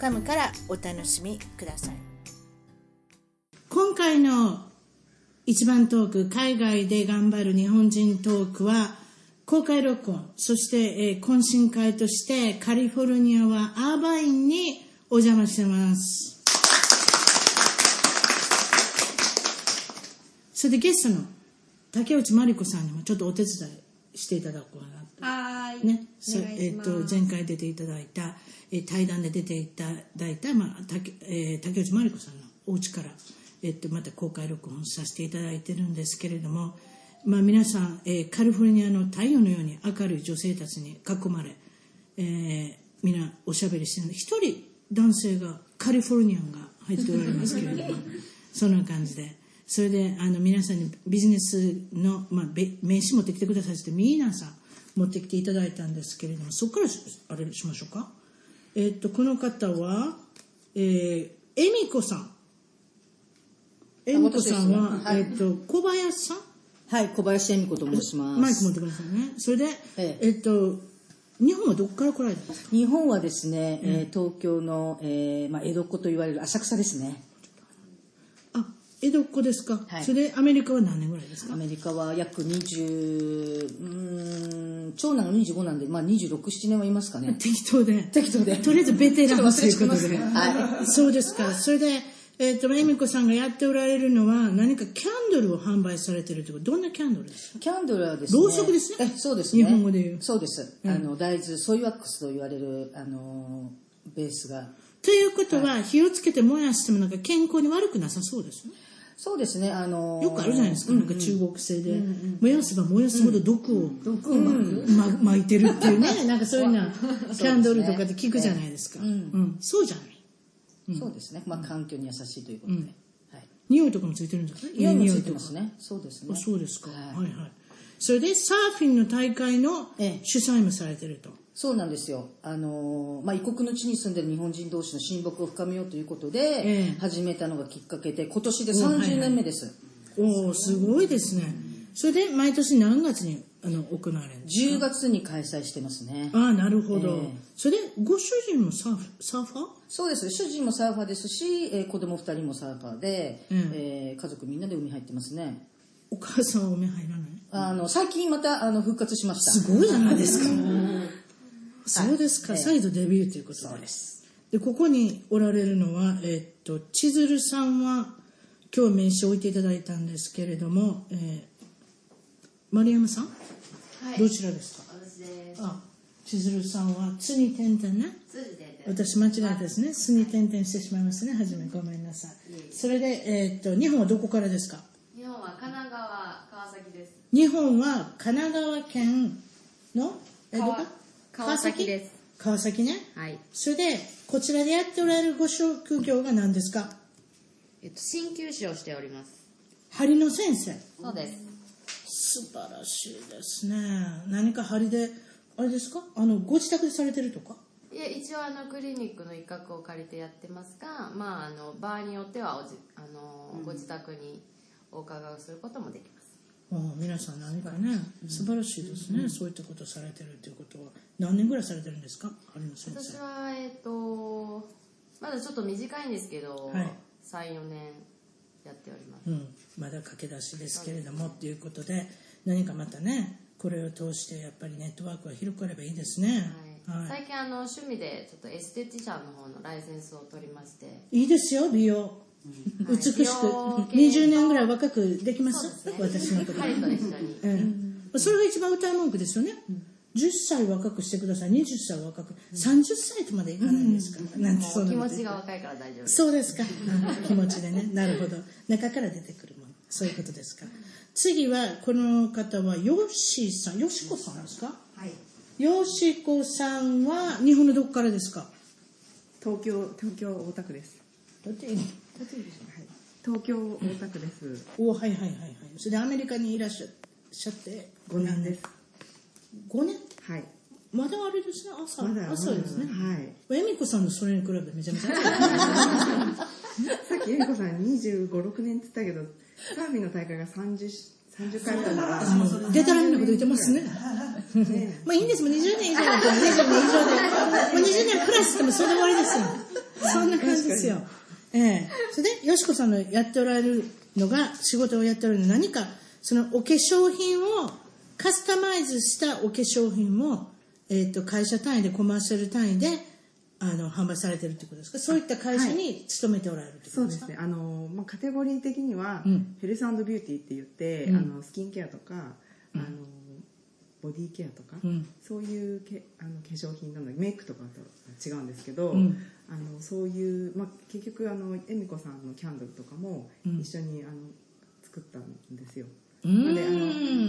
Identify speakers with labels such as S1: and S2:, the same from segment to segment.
S1: .com からお楽しみください今回の一番トーク海外で頑張る日本人トークは公開録音そして、えー懇親会としてカリフォルニアはアーバインにお邪魔してますそれでゲストの竹内まりこさんにもちょっとお手伝いしていただこうかなと
S2: はーい。
S1: ね、そ
S2: お
S1: う
S2: 願い
S1: え
S2: し
S1: っ、
S2: ます
S1: と前回出ていただいた、えー対談で出ていただいた、まあ竹えー竹内まり子さんのお家から、えっとまた公開録音させていただいてるんですけれども、まあ、皆さん、えーカリフォルニアの太陽のように明るい女性たちに囲まれ、えー、みんなおしゃべりしてる一人男性がカリフォルニアンが入っておられますけれども そんな感じで。それであの皆さんにビジネスの、まあ、べ名刺持ってきてくださいってミーナさん持ってきていただいたんですけれどもそこからしあれしましょうか、えーっとこの方は、えー、恵美子さん恵美子さんは、
S3: 私ですねはい
S1: えーっと小林さん
S3: はい、小林恵美子と申しま
S1: マイク持
S3: す。
S1: ってくださいねそれで、え
S3: ええ
S1: ーっと日本はどこから来られたんですか
S3: 日本はですね、えー東京の、えーまあ、江戸っ子と言われる浅草ですね。
S1: あ江戸っ子ですか、
S3: はい
S1: それでアメリカは何年ぐらいですか
S3: アメリカは約20、うーん、長男が25なんで、まあ26、7年はいますかね。
S1: 適当で
S3: 適当で
S1: とりあえずベテラン
S3: ちょっと忘れちゃいま
S1: と
S3: す
S1: い
S3: ね
S1: うことで
S3: は
S1: そうですかそれでえっ、と恵美子さんがやっておられるのは何かキャンドルを販売されてるということどんなキャンドルですか
S3: キャンドルはですね。
S1: ろうそくですね
S3: えそうですね。
S1: 日本語で言う
S3: そうです。あの、大豆、ソイワックスと言われる、あのー、ベースが。
S1: ということは、火をつけて燃やしてもなんか健康に悪くなさそうですね
S3: そうですね、あのー、
S1: よくあるじゃないですか、なんか中国製で、燃やせば燃やすほど毒を、
S3: 毒を巻く
S1: ま、巻いてるっていう ねなんかそういうようなキャンドルとかで聞くじゃないですか
S3: うん
S1: うんそうじゃない
S3: そうですね。まあ、環境に優しいということで。はい。
S1: 匂いとかもついてるんじゃない
S3: 匂いもついて
S1: とか
S3: ますね。そうですね。
S1: あそうですか、
S3: は
S1: はいい、はいそれでサーフィンの大会の
S3: ええ
S1: 主催もされてると、
S3: そうなんですよ。あのーまあ、異国の地に住んでる日本人同士の親睦を深めようということで、
S1: ええ
S3: 始めたのがきっかけで、今年で
S1: うんはいはい
S3: 30年目です。
S1: おおすごいですねそれで毎年何月にあの行われるんです
S3: 10月に開催してますね。
S1: かああなるほど、
S3: ええ
S1: それでご主人もサーフサーファー
S3: そうです。主人もサーファーですし、えー子供2人もサーファーで、
S1: うん
S3: えー家族みんなで海入ってますね。
S1: お母さんはお目入らない
S3: あの、最近また、あの、復活しました。
S1: すごいじゃないですか そうですか、
S3: はいええ
S1: 再度デビューということ
S3: そうです。
S1: でここにおられるのは、えっと千鶴さんは今日名刺を置いていただいたんですけれども、えー丸山さん、
S4: はい
S1: どちらですか
S4: 私で
S1: あ千鶴さんは「つ」に点々ね
S4: す。辻でです。
S1: 私間違えたですね「す」に点々してしまいますねはじめごめんなさいそれで、えっと日本はどこからですか
S4: 日本は神奈川川崎です。
S1: 日本は神奈川県のえどこ
S4: 川川崎です
S1: 川崎ね
S4: はい。
S1: それでこちらでやっておられるご職業が何ですか
S4: えっと鍼灸師をしております。
S1: 針の先生
S4: そうです。
S1: 素晴らしいですね何か針であれですかあのご自宅でされてるとか
S4: いや一応あのクリニックの一角を借りてやってますが、まああの場合によってはおじあの、ご自宅にお伺いをすることもできます。
S1: ああ皆さん何かね素晴らしいですね、そういったことされてるということは何年ぐらいされてるんですか針の先
S4: 私
S1: 生
S4: はえっとまだちょっと短いんですけど、
S1: はい
S4: 三四年やっておりま
S1: う
S4: す。
S1: ん、まだ駆け出しですけれどもということで何かまたねこれを通してやっぱりネットワークは広くあればいいですね
S4: はい
S1: はい、
S4: 最近あの趣味でちょっとエステティシャンの方のライセンスを取りまして、
S1: いいですよ美容、
S4: はい
S1: 美しく
S4: 美容系
S1: 20年ぐらい若くできます
S4: そうです
S1: 私の
S4: ね
S1: こと
S4: 彼と一緒に。
S1: うんそれが一番歌い文句ですよね、10歳若くしてください20歳若く30歳とまでいかないんですから、なんてそ
S4: も
S1: ん
S4: う
S1: なこ
S4: 気持
S1: と
S4: ちが若いから大丈夫です。
S1: そうですか気持ちでねなるほど中から出てくるものそういうことですか次はこの方はヨッシーさんヨシコさんですか
S4: はい。
S1: ヨシコさんは日本のどこからですか
S5: 東京東京大田区です。
S1: 栃木
S5: はい、東京大田区です。
S1: おはいはいはいはいそれでアメリカにいらっしゃっしゃって
S5: 五年です。
S1: 5年
S5: はい。
S1: まだあれですね朝、
S5: まだ
S1: 朝ですね、
S5: はい。
S1: 恵美子さんのそれに比べてめちゃめちゃ暑い
S5: さっきえりこさん25、6年って言ったけど、サーフィンの大会が30、30回あったから、
S1: でたらめなこと言ってますね。まあいいんですもん、20年以上だったら20年以上で。もう20年プラスでもそれで終わりですよ。そんな感じですよ。ええ。それで、よしこさんのやっておられるのが、仕事をやっておられるの何か、そのお化粧品を、カスタマイズしたお化粧品を、えっ、と、会社単位で、コマーシャル単位で、あの、販売されてるってことですかそういった会社に勤めておられるってこと
S5: そう
S1: で
S5: です
S1: か、
S5: すね。あの、まあ、カテゴリー的には、
S1: うん
S5: ヘルスビューティーって言って、
S1: うん
S5: あのスキンケアとか、あのボディケアとか、
S1: うん
S5: そういうけあの化粧品なのでメイクとかとは違うんですけど、
S1: うん
S5: あのそういう、まあ、結局あの恵美子さんのキャンドルとかも
S1: うん
S5: 一緒に、あの作ったんですよ。
S1: う
S5: なのであの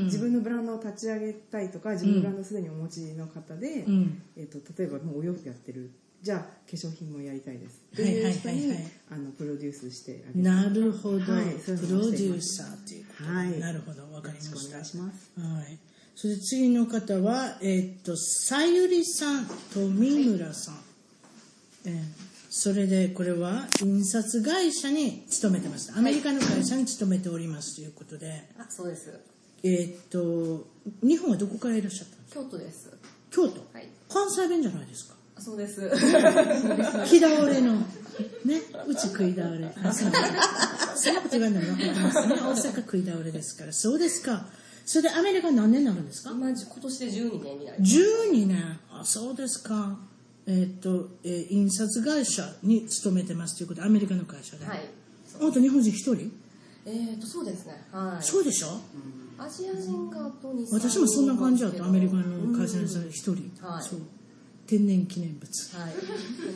S1: ん。
S5: 自分のブランドを立ち上げたいとか自分のブランドをすでにお持ちの方で、
S1: うん
S5: えっと例えばもうお洋服やってるじゃあ化粧品もやりたいですって
S1: はいはい
S5: い
S1: は
S5: う
S1: い
S5: 人
S1: は
S5: に
S1: い
S5: あのプロデュースしてあげる
S1: なるほど、
S5: はい
S1: プロデューサーということで、
S5: はい
S1: なるほどわかりました
S5: よろしくお願いします
S1: はいそれで次の方はえーっとさゆりさん富村さん、えーそれでこれは印刷会社に勤めてますアメリカの会社に勤めておりますということで、
S6: あそうです
S1: えーっと日本はどこからいらっしゃったの
S6: 京都です
S1: 京都、
S6: はい
S1: 関西弁じゃないですか
S6: あそうです
S1: 気倒れの、ね、うち食い倒れ。あそうそんなこと言わんでも分かりますね。大阪食い倒れですから。そうですか。それでアメリカ何年になるんですか
S4: まあ、じ今年で12年になります
S1: ?12 年。あ、そうですか。えーっと、えー印刷会社に勤めてますということで、アメリカの会社で。
S4: はい
S1: あと日本人一人
S4: えー、とそうですねはい
S1: そうでしょ
S4: アジア人があと2
S1: 私もそんな感じだった。アメリカの会社の人
S4: です
S1: 一人。
S4: はい
S1: そう。天然記念物。
S4: はい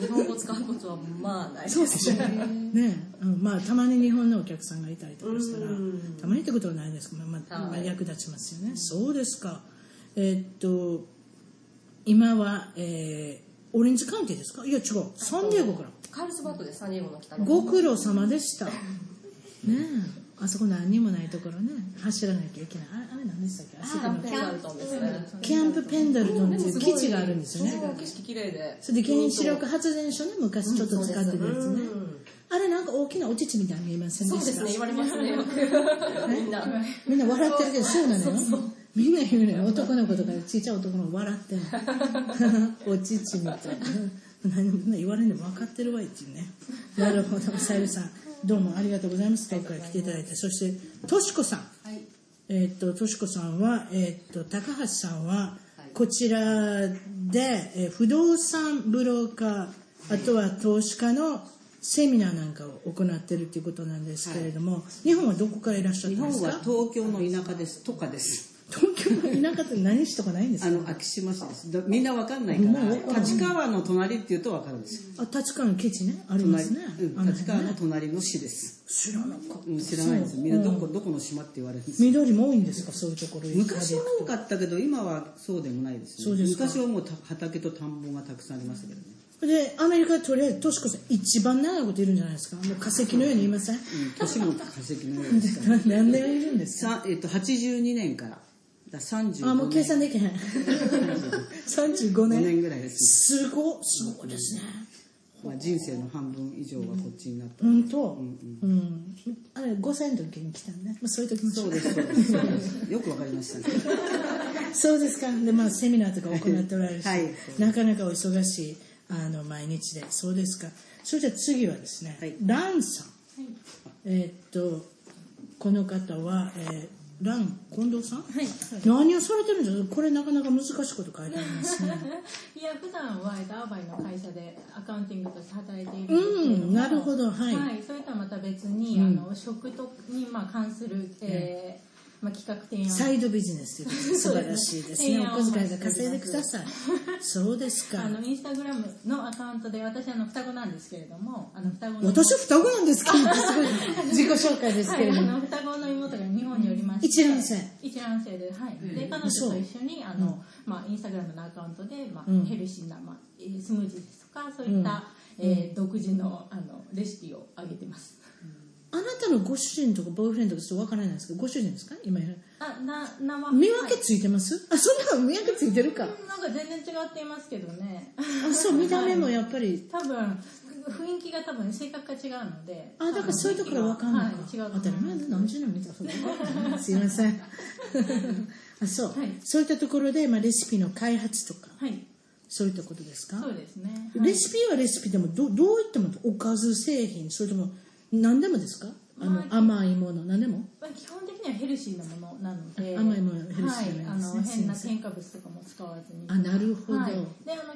S4: 日本語使うことはまあないです
S1: そうですね。ねえ、うん、まあたまに日本のお客さんがいたりとかしたら、たまにってことはないですけど、まあ、まあ
S4: はい
S1: 役立ちますよね。そうですか。えーっと今は、えー、オレンジカウンティですか？いや違う。サンデーゴから。
S4: カールスバットでサンディエゴの北の
S1: ご苦労様でした。ねえ、あそこ何にもないところね、走らなきゃいけない。ああれ何でしたっけ？あそこの
S4: キャンプトンですね
S1: キャンプペンダルトンっていう基地があるんですよね。
S4: そう景色綺麗で
S1: それで原子力発電所ね昔ちょっと使ってたやつね、あれなんか大きなお乳みたいに見えませんで
S4: そう
S1: した
S4: ですね言われますねよくみんな
S1: みんな笑ってるけどそうなのよみんな言うのよ男の子とかちっちゃい男の子笑ってんの お乳みたいな何もみんな言われんでも分かってるわいっていうねなるほどさゆりさんどうもありがとうございます遠くから来ていただいてそしてとしこさん
S6: はい
S1: えっととしこさんは、えっと高橋さんはこちらで、えー不動産ブローカーあとは投資家のセミナーなんかを行っているということなんですけれども、日本はどこからいらっしゃった
S7: 日
S1: ん
S7: 本
S1: ですか
S7: は東京の田舎です、とかです。
S1: 東京の田舎って何市とかないんです
S7: あ
S1: か
S7: の、昭島市です。だみんなわかんないから、立川の隣って言うとわかるんですよ。
S1: あ立川のケチねありま
S7: 隣
S1: すね
S7: う
S1: あ
S7: ん
S1: の
S7: 立川
S1: 辺
S7: の
S1: ね
S7: 隣の市です。
S1: 知らなかった
S7: うん知らないです。みんなどこ、どこの島って言われるんですよ
S1: 緑も多いんですかそういうところ
S7: 昔は多かったけど、今はそうでもないです
S1: そう
S7: ね。
S1: ですか
S7: 昔はもうた畑と田んぼがたくさんありましたけどね。
S1: でアメリカはとりあえずとしこさん一番長いこといるんじゃないですかもう化石のように言いません
S7: うん、年も化石のようですから。
S1: 何年いるんですか
S7: さえっと、82年から、だ35年。
S1: あもう計算できへん35
S7: 5年
S1: 年
S7: ぐらいです
S1: すごすごいですね
S7: ね。まあ、人生の半分以上はこっちになった。
S1: 本当うん、あれ5歳の時に来たんね、まあ、そういう時も
S7: そうです、そうですそうです。よくわかりましたね。
S1: そうですか。で、まあ、セミナーとか行っておられるし、
S7: はい
S1: なかなかお忙しい、あの、毎日で。そうですか。それじゃあ次はですね、
S7: はい
S1: ランさん。えーっと、この方は、えー、ラン近藤さん、はい、何をされてるんですかこれなかなか難しいこと書いてありますね。
S8: いや普段はえっとアーバイの会社でアカウンティングとして働いているんですけれど
S1: う
S8: も、
S1: ん、なるほど、はい。
S8: はい、それとはまた別に、あの食とにまあ関する、えーまあ、企画提案
S1: サイドビジネスということで素晴らしいですね。
S8: い
S1: お
S8: や
S1: 小遣いが稼いでください。そうですか
S8: あ。のインスタグラムのアカウントで私あの双子なんですけれどもあの双子の
S1: 私は双子なんですけど、すごい自己紹介です
S8: は
S1: けれ
S8: い、
S1: ど
S8: あ
S1: も。
S8: の双子の妹が日本におりまして
S1: 一卵性
S8: 一卵性ではい、で彼女
S1: そう
S8: と一緒にあの、まあ、インスタグラムのアカウントで、まあ
S1: うん
S8: ヘルシーな、まあ、えースムージーですとかそういった、えー独自のあのレシピを上げてます。
S3: あなたのご主人とかボーイフレンドがちょっとわからないんですけど、ご主人ですか今やる。
S8: あ、な、生
S3: 見分けついてます、あ、そんなの見分けついてるか。
S8: なんか全然違っていますけどね。
S3: あ、そう、見た目もやっぱり。
S8: 多分雰囲気が多分性格が違うので。
S3: あ、だからそういうところわかんない。
S8: はい、違うと思
S3: 当
S8: います
S3: たり前だ、何十年見たそんなことすいません。あ、そう、
S8: はい
S3: そういったところで、まあ、レシピの開発とか、
S8: はい、
S3: そういったことですか
S8: そうですね。はい
S3: レシピはレシピでもどどういったものおかず製品それとも何でもですかあの、
S8: まあ
S3: 甘いもの何でも
S8: まあ、基本的にはヘルシーなものなので
S3: あ甘いものヘルシーじゃ
S8: は
S3: ない
S8: あ
S3: いですね
S8: の変な
S3: すいません
S8: 添加物とかも使わずに
S3: あなるほど
S8: はい、であの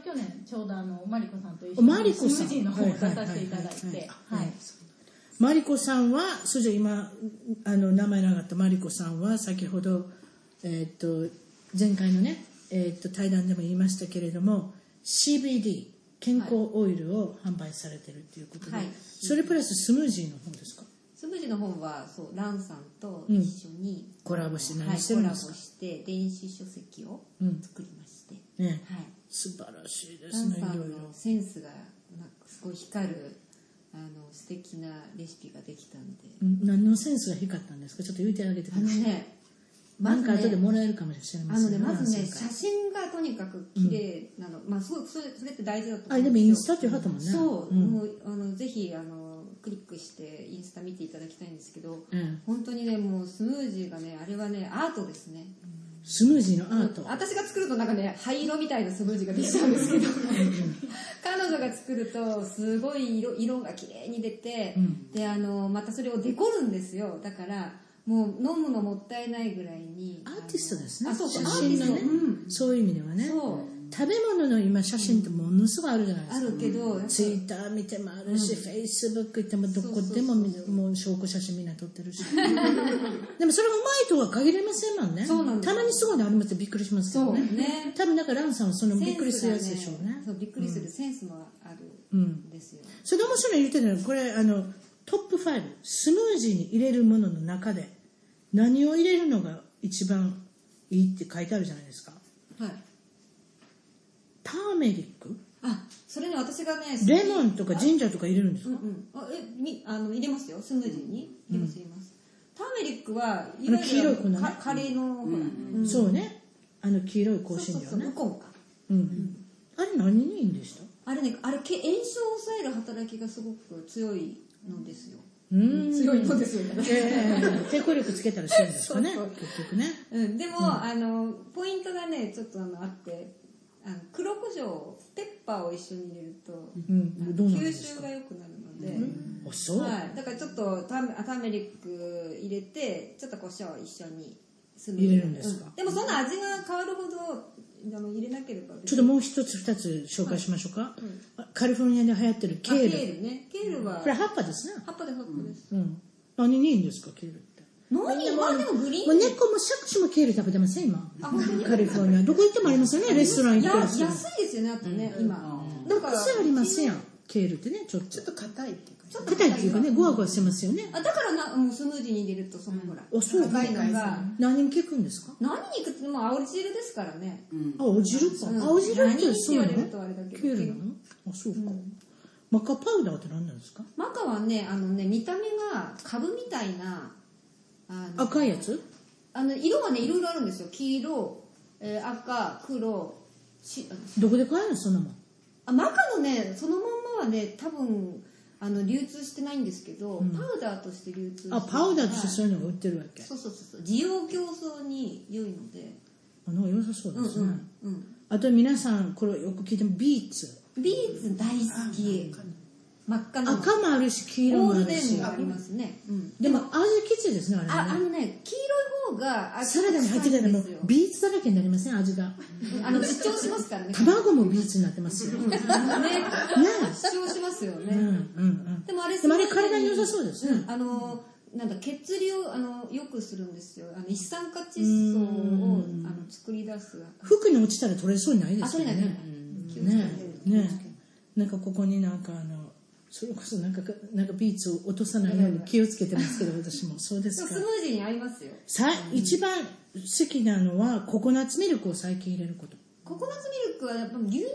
S8: 去年ちょうどあのマリコさんと一緒
S3: マリコさん
S8: スムージーの方を出させていただい
S3: はいはいはい
S8: て
S3: はい
S8: はい
S3: マリコさんはそれじゃあ今あの名前なかったマリコさんは先ほど、えーっと前回のね、えーっと対談でも言いましたけれども CBD 健康オイルを販売されてるということで、
S9: はい
S3: それプラススムージーの方ですか
S9: スムージーの方はそうランさんと一緒に、
S3: コラボして
S9: は
S3: 何
S9: い、
S3: して
S9: コ
S3: るん
S9: ラボ
S3: ですか、
S9: して電子書籍を作りまして、
S3: ね、
S9: はい、
S3: 素晴らしいで
S9: ラ
S3: す
S9: ン
S3: ねい
S9: さ
S3: ろい
S9: ん
S3: ろ
S9: のセンスがなんかすごい光るあの素敵なレシピができたんで、
S3: うん何のセンスが光ったんですかちょっと言ってあげてく
S9: あ
S3: だ
S9: の
S3: さい、
S9: ねま
S3: なん
S9: ず
S3: か後で
S9: ね
S3: もらえるかもしれま
S9: あ
S3: せ
S9: の
S3: ん
S9: ねまずね
S3: 何千
S9: 写
S3: か
S9: 真がとにかく綺麗なの、まあすごいそれそれって大事だと思
S3: あ
S9: うん
S3: でもインスタって言うはったもんね
S9: そう、
S3: ん
S9: もうあのぜひあのクリックしてインスタ見ていただきたいんですけど、
S3: うん
S9: 本当にねもうスムージーがねあれはねアートですね
S3: スムージーのアート、
S9: 私が作るとなんかね灰色みたいなスムージーができちゃうんですけど彼女が作るとすごい色色が綺麗に出て、であのまたそれをデコるんですよだからもう飲むのもったいないぐらいに
S3: アーティストですね
S9: あそうそう
S3: 写真の
S9: アー
S3: ね
S9: ティストうん
S3: そういう意味ではね
S9: そう
S3: 食べ物の今写真ってものすごいあるじゃないで
S9: あ
S3: すか
S9: るけど、やっぱ
S3: ツイッター見てもあるし、フェイスブック行ってもどこでも見るもう証拠写真みんな撮ってる しでもそれがうまいとは限りませんもんね
S9: そうなんです
S3: たまにすごいのありますってびっくりしますけどね
S9: そうね
S3: 多分だからランさんはそのびっくりするやつでしょうね
S9: そうびっくりするセンスもあるんですよ、
S3: それで面白いの言ってるのはこれあのトップ5スムージーに入れるものの中で何を入れるのが一番いいって書いてあるじゃないですか
S9: はい
S3: ターメリック
S9: あそれね私がね
S3: レモンとかジンジャーとか入れるんです
S9: う
S3: か
S9: んうんあえみあの入れますよスムージーに、入れます入れますターメリックはいわゆ
S3: あの黄色い
S9: る
S3: 粉ね
S9: かカレーの、うん
S3: そうねあの黄色い香
S9: そうそ
S3: 辛
S9: う
S3: 料
S9: そうウ
S3: ね
S9: コンか
S3: うんあれ何にいいんでした
S9: あれねあれけ炎症を抑える働きがすごく強いのですよ
S3: うん
S9: 強いのですよね
S3: えー 抵抗力つけたらしてるんですかね
S9: そうそう
S3: 結局ね
S9: うん、でも、あのポイントがねちょっとあのあってあの黒胡椒ペッパーを一緒に入れると、
S3: うんどうなんで
S9: 吸
S3: す
S9: 収
S3: か
S9: が良くなるので、
S3: あそう、
S9: はい、だからちょっとターメターメリック入れてちょっと胡椒を一緒にスムージー
S3: 入れるんですか
S9: うでもそんな味が変わるほどあの入れなければ
S3: ちょっともう一つ二つ紹介しましょうか、あカリフォルニアで流行ってるケ
S9: ケー
S3: ー
S9: ル
S3: ル
S9: ケールねケールは
S3: これ葉っぱですね
S9: 葉っぱで葉っぱです、
S3: うん。何にいいんですか、ケールって。
S9: 何まあでもグリーン
S3: もう猫もシャクシもケール食べてません、今。
S9: あ本当に
S3: カリフォルニア。どこ行ってもありますよね、レストラン行
S9: や
S3: ったら
S9: 安いですよねあとね、今だから
S3: 癖ありますやん、ケールってね、ちょっと。ちょっと硬いっていうか。硬いっていうかね、ゴワゴワしてますよね。
S9: あだからな、うん、スムージーに入れるとそのほら、
S3: あ、そう
S9: 高いのが
S3: 何に効くんですか
S9: 何にいくってもう青汁ですからね、
S3: あ、青汁か。
S9: ん
S3: 青汁ってそうなの
S9: 何にって言われるとあれだけど
S3: ケールなのあ、そうか。マカパウダーって何なんですか
S9: マカはねあのね見た目が株みたいなあの
S3: 赤いやつ
S9: あの色がねいろいろあるんですよ黄色、えー赤黒し
S3: どこで買えるのそんなもん。
S9: あマカのねそのまんまはね多分あの流通してないんですけど、パウダーとして流通して
S3: あ、パウダーとして
S9: はい
S3: そういうのが売ってるわけ。
S9: そうそうそうそう需要競争に良いので
S3: あの、良さそう
S9: うん
S3: ですね。
S9: うん
S3: あと皆さん、これよく聞いても、ビーツ。
S9: うんビーツ大好き真っ赤なの
S3: 赤もあるし黄色
S9: ゴ
S3: もあ
S9: ール
S3: る
S9: デン
S3: し
S9: もありますね、うん、
S3: でも味きついですねあ
S9: あ
S3: れ
S9: あ
S3: ね
S9: のね黄色い方が味
S3: サラダに入ってたらも
S9: 臭いんです
S3: う
S9: よ
S3: ビーツだらけになりません味が
S9: あの主張します からね。
S3: 卵もビーツになってますよ、うん、ね
S9: ね。
S3: え
S9: 主張しますよね。
S3: うんうん
S9: でもあれ、
S3: でもあれ体に良さそうですね
S9: んあの、なんだ、血流を、あの、良くするんですよ。あの、一酸化窒素を、あの、作り出す。
S3: 服に落ちたら取れそうにないで
S9: あ、
S3: す
S9: そ
S3: よ
S9: れだ
S3: ね
S9: け。気をつけて
S3: ねえねえなんかここになんかあのそれこそなんかなんかビーツを落とさないように気をつけてますけど私もそうで
S9: そう
S3: すか
S9: スムージーに合いますよ。
S3: さ一番好きなのはココナッツミルクを最近入れること
S9: ココナッツミルクはやっぱ牛乳が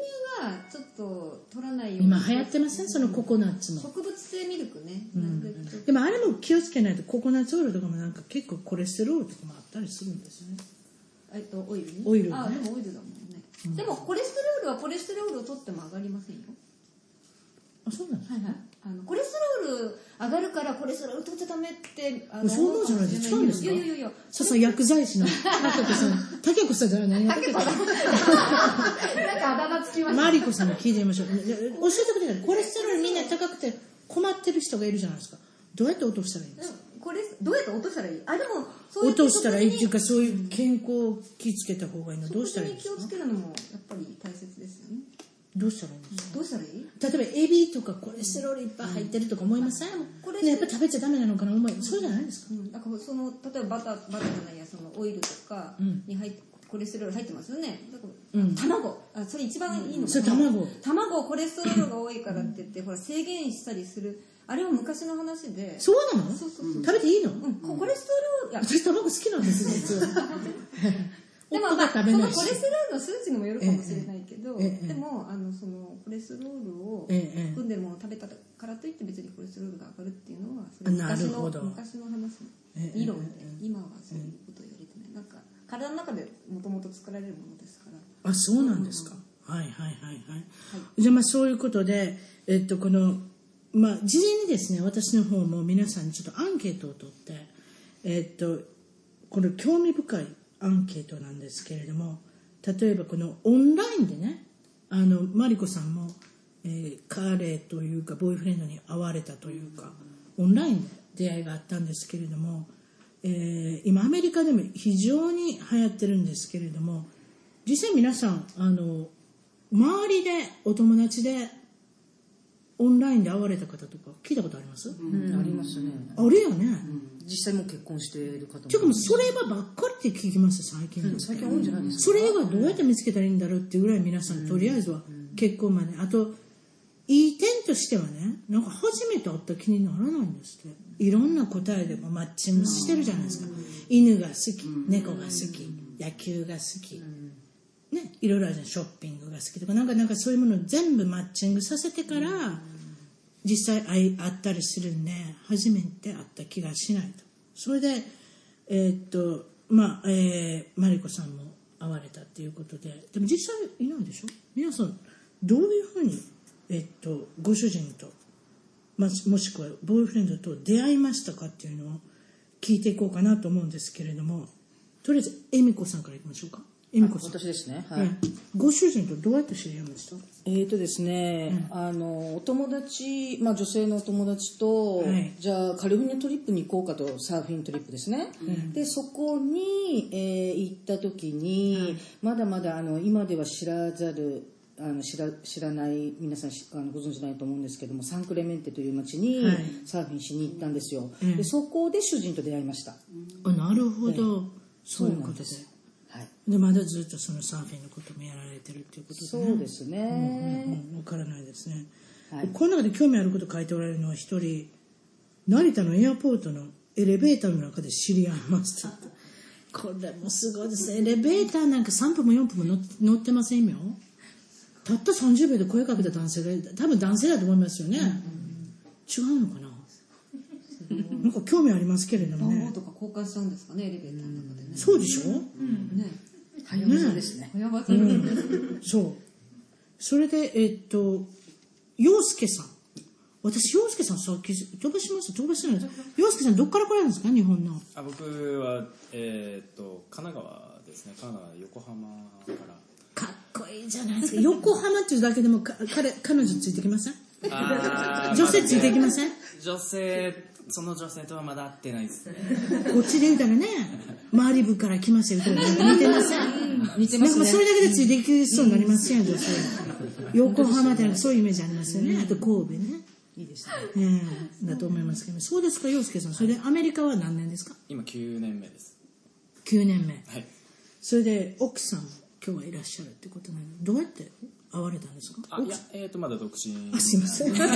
S9: ちょっと取らないように
S1: 今流行ってませんそのココナッツも。
S9: 植物性ミルクねなるべくちょっと
S1: でもあれも気をつけないとココナッツオイルとかもなんか結構コレステロールとかもあったりするんですよね。
S9: えっとオイルね
S1: オイルね
S9: あでもオイルだもんね、でもコレステロールはコレステロールを取っても上がりませんよ
S1: あそうなの
S9: はいはいあのコレステロール上がるからコレステロール取っちゃダメってあの
S1: そう思うじゃないですか
S9: 思かもしれ
S1: 違うんですか
S9: ないけどいやいやいや
S1: ささ薬剤 師の竹子さん。竹子さんじゃない何竹子さん。
S9: なんかあだ名つきました
S1: マリコさんに聞いてみましょう。いや教えてください。コレステロールみんな高くて困ってる人がいるじゃないですか。どうやって落としたらいいんですか
S9: これどうやって落としたらいいあでもそういう
S1: 落としたらいいっていう
S9: か
S1: か、そういう健康を気をつけた方がいいの。どうしたらいいんで
S9: 気
S1: す
S9: を
S1: か
S9: つけるのもやっぱり大切ですよね
S1: どうしたらいいんですか
S9: どうしたらいい
S1: 例えばエビとかコレステロールいっぱい入ってるとか思いません、
S9: これ
S1: ねやっぱ食べちゃダメなのかな思いそうじゃないですか
S9: うん、なんかその例えばバターバターじゃないやそのオイルとかに入って、コレステロール入ってますよね。だから卵あそれ一番いいのかな。
S1: それ卵
S9: 卵コレステロールが多いからって言ってほら制限したりするあれは昔の話で。
S1: そうなの
S9: そうそうそう
S1: 食べていいの、
S9: うんこコレステロールいや
S1: 私卵好きなんです実 は
S9: でも
S1: 夫
S9: ま
S1: が
S9: あそ
S1: 食べ
S9: のコ
S1: な
S9: レ
S1: いし
S9: ステロールの数値にもよるかもしれないけど、
S1: ええええ
S9: でもあのそのコレステロールを
S1: ええええ
S9: 含んでるものを食べたからといって別にコレステロールが上がるっていうのはそ
S1: な
S9: 昔
S1: る
S9: の
S1: ほど
S9: 昔の話の理論で、今はそういうことを言われてないなんか体の中でもともと作られるものですから
S1: あそうなんですか、はいはいはいはい、じゃあまあそういうことでえっとこのまあ事前にですね私の方も皆さんにちょっとアンケートを取ってえっとこの興味深いアンケートなんですけれども例えばこのオンラインでねあのマリコさんも、えー彼というかボーイフレンドに会われたというかオンラインで出会いがあったんですけれども、えー今アメリカでも非常に流行ってるんですけれども実際皆さんあの周りでお友達でオンラインで会われた方とか聞いたことあります、
S3: うん、ありますね。
S1: あれよね、
S3: 実際もう結婚している方も。
S1: ちょっともうそればばっかりって聞きます最近、
S3: うん最近多いんじゃないですか。
S1: それ以外どうやって見つけたらいいんだろうっていうぐらい皆さんとりあえずは結婚まであといい点としてはねなんか初めて会った気にならないんですっていろんな答えでもマッチングしてるじゃないですか犬が好き猫が好き野球が好きねいろいろあるじゃんショッピングが好きとかなんかなんかそういうものを全部マッチングさせてから実際会い会ったりするんで初めて会った気がしないとそれでえーっとまあえーマリコさんも会われたっていうことででも実際いないんでしょ皆さんどういうふうに、えーっとご主人と、まあ、もしくはボーイフレンドと出会いましたかっていうのを聞いていこうかなと思うんですけれどもとりあえず恵美子さんからいきましょうか恵美子さん
S3: 私ですね。
S1: はい、ご主人とどうやって知り合いました
S3: えーとですね、あのお友達、まあ、女性のお友達と、
S1: はい
S3: じゃあカリフォルニアトリップに行こうかとサーフィントリップですね、でそこに、えー行った時に、まだまだあの今では知らざるあの知ら知らない皆さんしあのご存知ないと思うんですけどもサンクレメンテという町に
S1: はい
S3: サーフィンしに行ったんですよ、でそこで主人と出会いました、
S1: あなるほど、そういうことで
S3: そうはい、
S1: でまだずっとそのサーフィンのこともやられてるっていうことで、ね、
S3: そうですね、
S1: うん、分からないですね、
S3: はい
S1: この中で興味あること書いておられるのは一人成田のエアポートのエレベーターの中で知り合いましたってこれもすごいですねエレベーターなんか3分も4分も乗って乗ってませんよたった30秒で声かけた男性がいる多分男性だと思いますよね、違うのかななんか興味ありますけれども
S9: 番
S1: ね
S9: 号とか交換したんですかねエレベーターの中でね
S1: そうでしょ、
S9: ね
S3: 早めそうですね
S9: 親御さんね
S1: そう。それで、えっと、洋介さん。私、洋介さんさっき飛ばしました、飛ばしてないです。洋介さん、どっから来られるんですか、日本の。
S7: あ僕は、えーっと神奈川ですね神奈川横浜から
S1: かっこいいじゃないですか。横浜っていうだけでもか、彼、彼女ついてきません
S7: あー
S1: 女性ついてきません
S7: 女性その女性とはまだ会ってないですね
S1: こっちで言うたらね、周り部から来ましたよ、似てません。似てますね。それだけでついていきそうになりますよ、女性。横浜ってなんかそういうイメージありますよね。あと神戸ね。
S3: いいですね
S1: うん、だと思いますけど、そうですか、洋介さん。それでアメリカは何年ですか
S7: 今9年目です
S1: 9年目
S7: はい
S1: それで奥さんも今日はいらっしゃるってことなのでどうやって会われたんですか
S7: あいやえーっとまだ独身
S1: あすいませ んすいま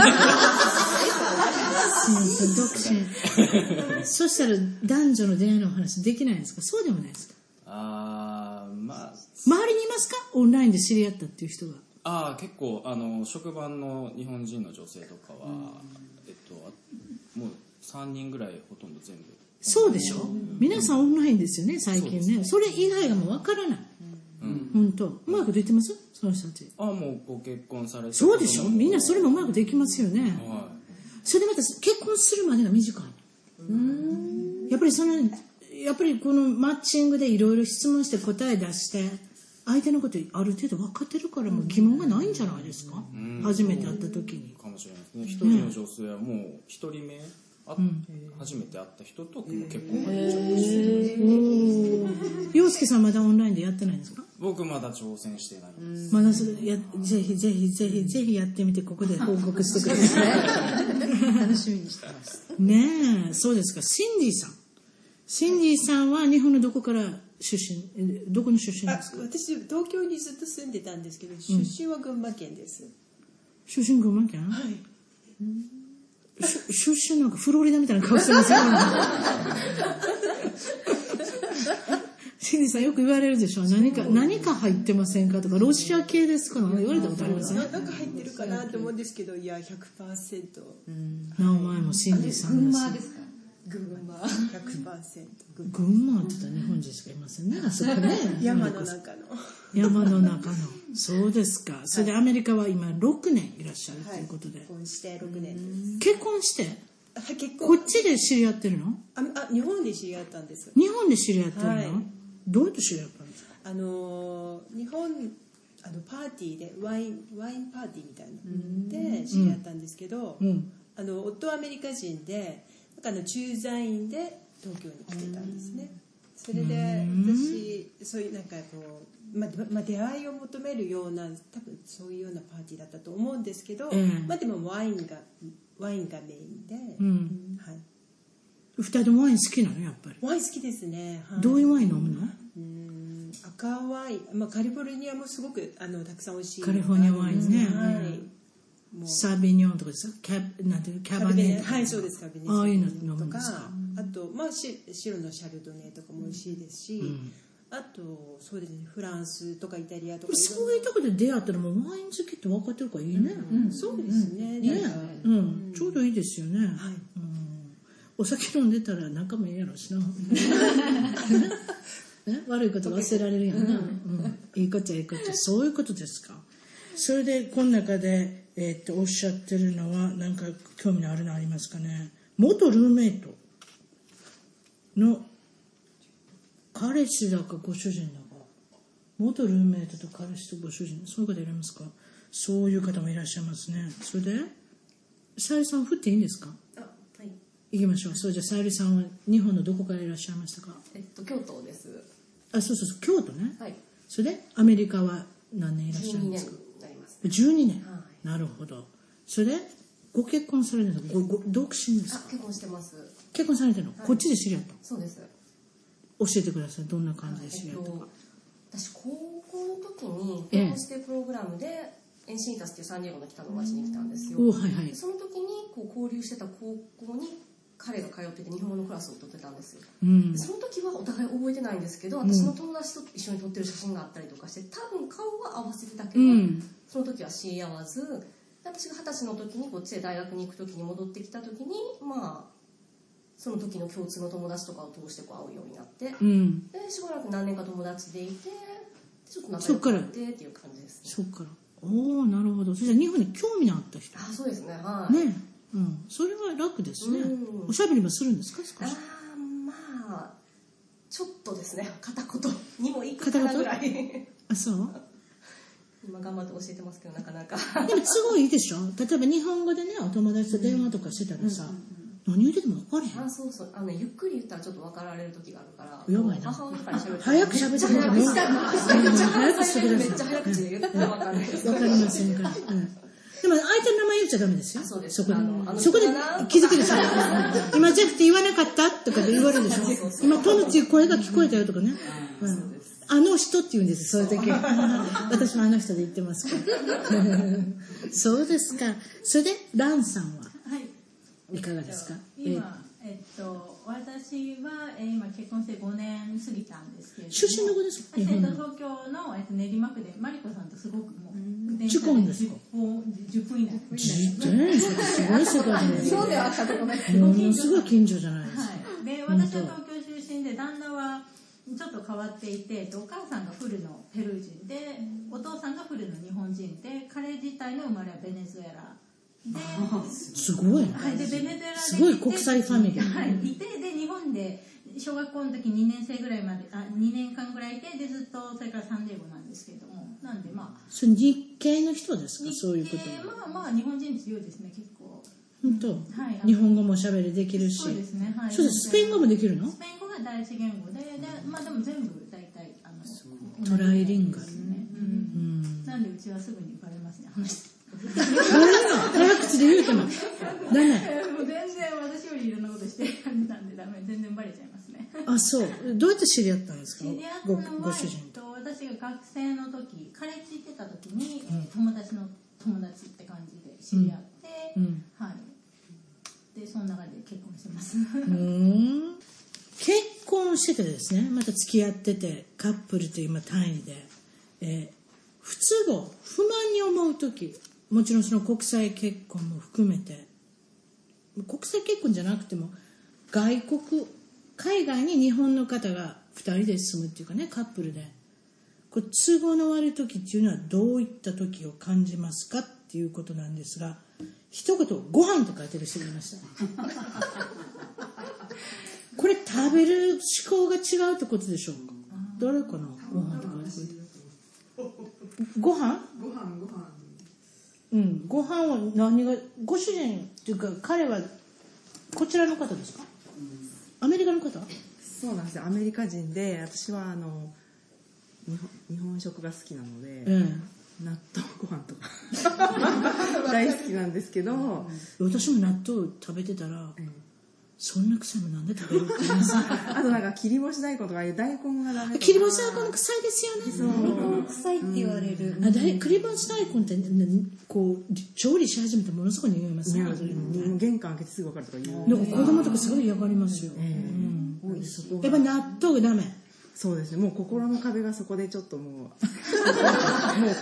S1: せん独身そしたら男女の恋愛のお話できないんですかそうでもないですか
S7: あーまあ
S1: 周りにいますかオンラインで知り合ったっていう人が
S7: ああ結構あの職場の日本人の女性とかは、えっとあもう3人ぐらいほとんど全部
S1: そうでしょ皆さんオンラインですよね最近ねそれ以外がもうわからない本当うまくできてますその人たち
S7: ああもうご結婚されて
S1: そうでしょ
S7: 子供も
S1: みんなそれもうまくできますよね
S7: は
S1: それでまた結婚するまでが短いやっぱりそのやっぱりこのマッチングでいろいろ質問して答え出して相手のことある程度分かってるからもう疑問がないんじゃないですか
S7: うん
S1: 初めて会った時に
S7: いかもしれないですね一人の女性はもう一人目あ、初めて会った人ともう結婚まで行っちゃいました
S1: 洋介さんまだオンラインでやってないんですか
S7: 僕まだ挑戦してないんです、
S1: まだそれやぜひぜひぜひぜひやってみてここで報告してください
S10: 楽しみにしてます。
S1: ねえそうですかシンディさんシンディさんは日本のどこから出身えどこの出身
S5: あ
S1: ですか
S5: 私東京にずっと住んでたんですけど出身は群馬県です、
S1: 出身群馬県はい出身なんかフロリダみたいな顔してますよシンディさんよく言われるでしょ何か何か入ってませんかとかロシア系ですかなんか言われたことありません
S5: ななんか入ってるかなと思うんですけどいや100%
S1: 名前もシンディさんだし
S5: か群馬100%
S1: 群馬って言ったら日本人しかいませんねあそこね
S5: 山の中の
S1: 山の中のそうですかそれでアメリカは今6年いらっしゃるということで、
S5: 結婚して6年
S1: 結婚して
S5: ですあ結
S1: こ
S5: 婚
S1: っちで知り合ってるの
S5: ああ日本で知り合ったんです
S1: 日本で知り合ってるの、
S5: はい
S1: どうやって知り合ったの
S5: あのー日本あのパーティーでワインワインパーティーみたいなので知り合ったんですけど、
S1: うん
S5: あの夫はアメリカ人でなんかあの駐在員で東京に来てたんですね、それで私そういうなんかこう、まあでまあ、出会いを求めるような多分そういうようなパーティーだったと思うんですけど、
S1: ええ
S5: まあ、でもワインがワインがメインで、
S1: うん
S5: はい、
S1: 二人ともワイン好きなのやっぱり、
S5: ワイン好きですね、はい、
S1: どういうワイン飲むの、
S5: 赤ワイン、まあ、カリフォルニアもすごくあのたくさん美味しい
S1: カリフォルニアワインね、
S5: はい
S1: うん
S5: もう
S1: サービニョンとかですかキャなんていうのキャバネーとか
S5: はいそうですカビネ
S1: ああいうの飲むんですか
S5: あと、まあ、し白のシャルドネとかも美味しいですし、
S1: うん
S5: あとそうですねフランスとかイタリア
S1: こ
S5: とか
S1: れそういうとこで出会ったらもうワイン好きって分かってるからいいね、
S5: うんそうですね
S1: ね
S5: なんか
S1: うんちょうどいいですよね、うんお酒飲んでたら仲もいいやろう しなね悪いこと忘れられるやんな、うんいいことはいいことそういうことですかそれでこの中で、えーっとおっしゃってるのはなんか興味のあるのありますかね元ルーメイトの彼氏だかご主人だか元ルーメイトと彼氏とご主人そういう方いらっしゃいますかそういう方もいらっしゃいますねそれでさゆりさん振っていいんですか
S9: あはい
S1: 行きましょうそれじゃあさゆりさんは日本のどこからいらっしゃいましたか
S9: えっと京都です
S1: あそうそうそう京都ね
S9: はい
S1: それでアメリカは何年いらっしゃる
S9: 12
S1: んで
S9: 年
S1: すか
S9: になります
S1: 12年なるほどそれでご結婚されてるのごご独身です
S9: あ
S1: か
S9: 結婚してます
S1: 結婚されてるの、こっちで知り合ったの
S9: そうです
S1: 教えてくださいどんな感じで知り合ったか、
S9: 私高校の時にフェムステプログラムで遠心タスっていうサンディエゴの北の町に来たんですよ、
S1: おはいはい
S9: でその時にこう交流してた高校に彼が通ってて日本語のクラスを取ってたんですよ、
S1: うん
S9: でその時はお互い覚えてないんですけど
S1: うん
S9: 私の友達と一緒に撮ってる写真があったりとかして多分顔は合わせてたけど、
S1: うん
S9: その時は知り合わずで私が二十歳の時にこっちへ大学に行く時に戻ってきた時にまあその時の共通の友達とかを通してこう会うようになって、
S1: うん
S9: でしばらく何年か友達でいてちょっと仲
S1: そっ
S9: 良
S1: か
S9: く
S1: ら
S9: なってっていう感じです
S1: そっからおおなるほどそれじゃあ日本に興味のあった人
S9: あそうですねはい
S1: ねうん、それは楽ですね
S9: うん
S1: おしゃべりもするんですか少し
S9: あまあちょっとですね片言にもいくかなぐらい
S1: あそう
S9: 今頑張って教えてますけどなかな か
S1: でもすごいいいでしょ例えば日本語でねお友達と電話とかしてたらさ、何言ってても分かれへん
S9: あそうそうあのねゆっくり言ったらちょっと分かられる時があるから
S1: やばいな
S9: 母親とかに喋って
S1: 早く喋ってください
S9: めっちゃ早く
S1: 早くしてください
S9: めっちゃ早口で言ったら分かんないです
S1: わかりませんから、うんでも相手の名前言っちゃダメですよそう
S9: です
S1: そこで
S9: あのあの
S1: そこで
S9: 人だな
S1: 気づくでしょ今ジェフって言わなかったとかで言われるでしょ今トムっていう声が聞こえたよとかね、うん、あの人って言うんですそういう時私もあの人で言ってますから そうですかそれでランさんは
S8: はい
S1: いかがですか
S8: 今、えっと、私私は、えー今結婚して5年過ぎたんですけれども
S1: 出身どこですか日
S8: 私
S1: 本の
S8: えっと東京の、えっと、練馬区でマリコさんとすごくもう電
S1: 時
S8: 車
S1: 間ですか
S8: 分10分以内
S1: 自転車ってすごい世界じゃないですか
S8: そうではあったとこない
S1: ものすごい近所じゃないですか、
S8: はい、で私は東京出身で旦那はちょっと変わっていてえっとお母さんがフルのペルー人でお父さんがフルの日本人で彼自体の生まれはベネズエラ
S1: すごいね
S8: はい、でベネズエラで
S1: すごい国際ファミリー
S8: はい、いてで日本で小学校の時2年生ぐらいまであ2年間ぐらいいてでずっとそれから3年後なんですけれどもなんでまあ
S1: それ日系の人ですかそういうこと
S8: えーまあまあ日本人強いですね結構
S1: 本当、
S8: はい
S1: 日本語も喋りできるし
S8: そうですねはい
S1: そうですスペイン語もできるの
S8: スペイン語が第一言語ででまあでも全部大体あの
S1: トライリンガル
S8: なんでうちはすぐにバレます ね話して
S1: あれな早口で言うてもダメ
S8: もう全然私よりいろんなことしてなんでダメ全然バレちゃいますね
S1: あそうどうやって知り合ったんです
S8: 知
S1: か
S8: り合
S1: ご
S8: ったの
S1: ご
S8: は、
S1: 主人
S8: えっと、私が学生の時カレッジ行ってた時に、えー友達の友達って感じで知り合って、
S1: うんうん
S8: はいでその中で結婚してます、
S1: うーん結婚しててですねまた付き合っててカップルという今単位で、えー不都合不満に思う時もちろんその国際結婚も含めて国際結婚じゃなくても外国海外に日本の方が2人で住むっていうかねカップルでこれ都合の悪い時っていうのはどういった時を感じますかっていうことなんですが一言「ご飯と書いてる人がいましたこれ食べる思考が違うってことでしょうか誰かなご飯とかご飯
S5: ご飯ご飯
S1: うんご飯は何がご主人っていうか彼はこちらの方ですかアメリカの方
S5: そうなんですよアメリカ人で私はあの日本日本食が好きなので、
S1: うん
S5: 納豆ご飯と か大好きなんですけど、
S1: 私も納豆食べてたら、そんな臭いもんなんで食べるって 言います
S5: あとなんか切り干し大根とかああいう大根がダメとか
S1: 切り干し大根の臭いですよね
S5: そう
S9: 臭いって言われる、
S1: あだい切り干し大根ってねこう調理し始めてものすごい匂いますね
S5: 匂いもう玄関開けてすぐ分かるとか言う
S1: なんか子供とかすごい嫌がりますよ、
S5: うんそこ
S1: やっぱ納豆がダメ
S5: そうですねもう心の壁がそこでちょっともうもう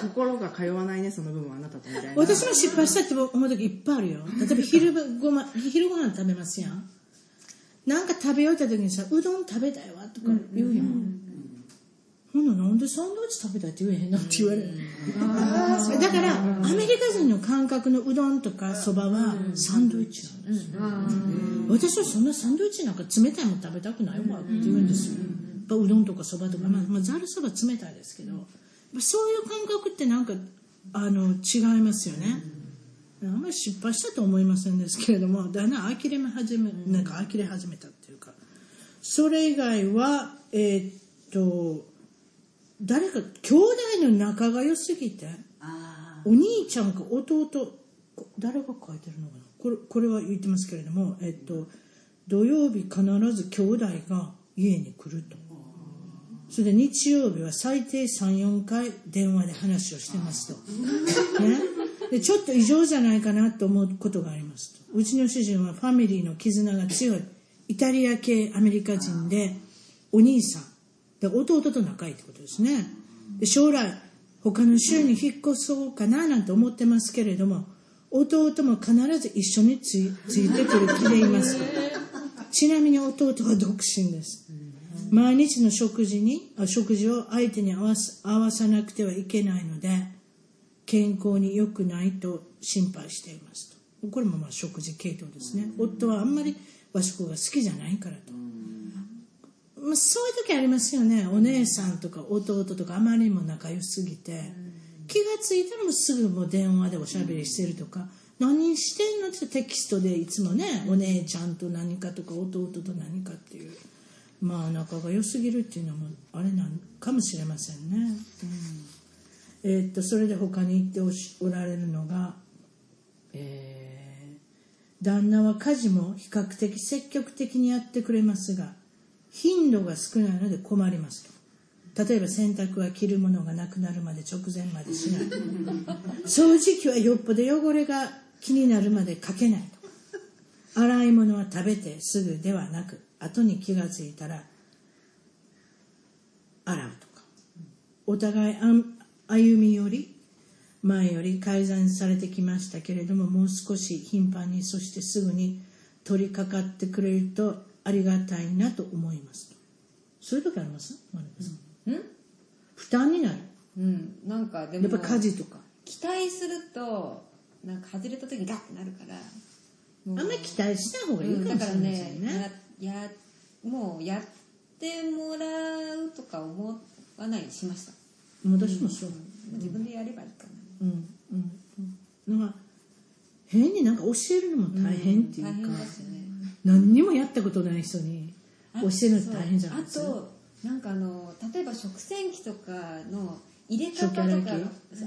S5: 心が通わないねその部分はあなたとみたいな
S1: 私も失敗したって思う時いっぱいあるよ例えば昼ご,、ま、昼ご飯食べますやんなんか食べようった時にさうどん食べたいわとか言うやん、ほんならなんでサンドイッチ食べたいって言えへんのって言われる、
S9: あーそ う
S1: だからアメリカ人の感覚のうどんとかそばはサンドイッチなんですよ、私はそんなサンドイッチなんか冷たいもん食べたくないわって言うんですよ、やっぱうどんとかそばとか、まあまあ、ざるそば冷たいですけど、やっぱそういう感覚ってなんかあの違いますよね、あんまり失敗したと思いませんですけれどもだんだん呆れめ始めなんか呆れ始めたっていうかそれ以外はえーっと誰か兄弟の仲が良すぎてお兄ちゃんか弟こ誰が書いてるのかなこれこれは言ってますけれども、えっと、土曜日必ず兄弟が家に来るとそれで日曜日は最低34回電話で話をしてますと、ね、でちょっと異常じゃないかなと思うことがありますとうちの主人はファミリーの絆が強いイタリア系アメリカ人でお兄さんで弟と仲いいってことですねで将来他の州に引っ越そうかななんて思ってますけれども弟も必ず一緒についついてくる気でいますとちなみに弟は独身です毎日の食事にあ食事を相手に合わす合わさなくてはいけないので健康に良くないと心配していますとこれもまあ食事系統ですね夫はあんまり和食が好きじゃないからとまあ、そういう時ありますよねお姉さんとか弟とかあまりにも仲良すぎて気がついたらもうすぐもう電話でおしゃべりしてるとか何してんのってテキストでいつもねお姉ちゃんと何かとか弟と何かっていうまあ仲が良すぎるっていうのもあれなんかもしれませんね、うんえーっとそれで他に行っておしおられるのがえー旦那は家事も比較的積極的にやってくれますが頻度が少ないので困りますと例えば洗濯は着るものがなくなるまで直前までしない掃除機はよっぽど汚れが気になるまでかけないとか洗い物は食べてすぐではなく後に気がついたら洗うとかお互いあん歩みより前より改ざんされてきましたけれどももう少し頻繁にそしてすぐに取り掛かってくれるとありがたいなと思いますとそういう時ありますマリコさん、
S9: うん
S1: 負担になる
S9: うんなんかで
S1: やっ
S9: も
S1: ぱ家事とか
S9: 期待するとなんか外れた時にガッてなるから
S1: あんまり期待しない方がいいかもしれな
S9: だから
S1: いですよ
S9: ね
S1: ね
S9: ややもうやってもらうとか思わないようにしました
S1: 私もそう、
S9: 自分でやればいいかな、
S1: うんうんうんなんか変になんか教えるのも大変っていうか、
S9: 大変ですよね
S1: 何にもやったことない人に
S9: あ
S1: 教えるの大変じゃないです
S9: そうあ
S1: か
S9: となんかあの例えば食洗機とかの入れ方とか
S1: 食器洗い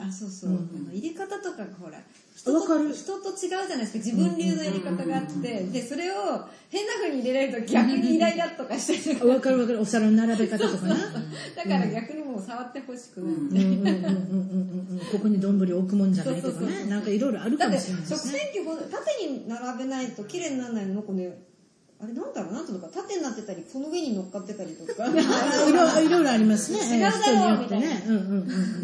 S9: あそうそう、
S1: うん
S9: あの入れ方とかがほら人と人と違うじゃないですか自分流のやり方があって、でそれを変な風に入れられると逆にイライラとかしてる
S1: わかるわかるお皿の並べ方とかな
S9: だから逆にもう触ってほしくない、
S1: うんうんうんうんうんうんうんここに丼置くもんじゃないとか
S9: そうそうそう
S1: ねなんかいろいろある
S9: だ
S1: か
S9: っ
S1: も
S9: て
S1: しれない
S9: 食
S1: ですね
S9: 洗機ほど縦に並べないと綺麗にならないのこのあれなんだろうなんとか縦になってたりこの上に乗っかってたりとか
S1: いろいろいろありますね。
S9: 違うだろう
S1: 人によってね。うんう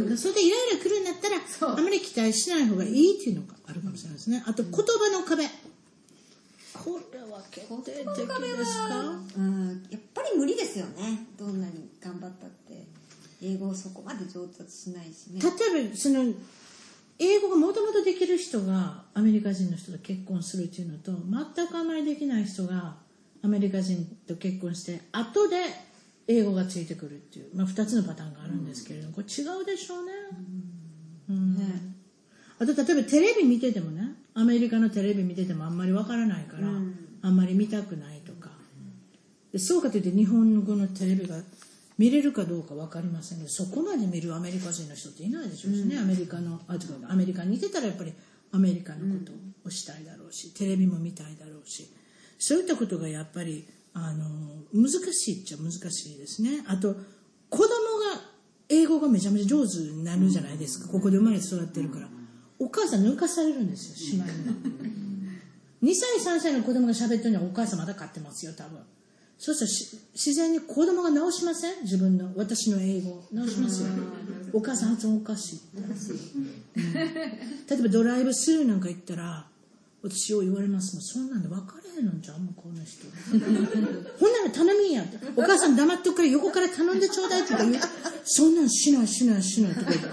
S1: んうん。それでイライラくるんだったら、あまり期待しない方がいいっていうのがあるかもしれないですね。あと、言葉の壁。これは決定的ですか
S9: うんやっぱり無理ですよねどんなに頑張ったって英語をそこまで上達しないしね
S1: 例えば、その、英語がもともとできる人が、アメリカ人の人と結婚するっていうのと、全くあまりできない人が、アメリカ人と結婚して、後で英語がついてくるっていう、まあ、2つのパターンがあるんですけれども、これ違うでしょうね。うんあと例えばテレビ見ててもねアメリカのテレビ見ててもあんまりわからないから、あんまり見たくないとかでそうかといって日本語のテレビが見れるかどうか分かりませんけどそこまで見るアメリカ人の人っていないでしょうしね、アメリカのあ違うアメリカにいてたらやっぱりアメリカのことをしたいだろうし、テレビも見たいだろうしそういったことがやっぱりあの難しいっちゃ難しいですねあと子供が英語がめちゃめちゃ上手になるじゃないですか、ここで生まれて育ってるから、お母さん抜かされるんですよ姉妹には2歳3歳の子供が喋ってるのはお母さんまだ買ってますよ多分そうしたらし自然に子供が直しません自分の私の英語直しますよお母さん発音おかしい例えばドライブスルーなんか行ったら私よう言われますもんそんなんで分かれへんのんちゃうもうこの人 ほんなら頼みんやってお母さん黙っとくから横から頼んでちょうだいって言ってそんなんしないしないしないとか言って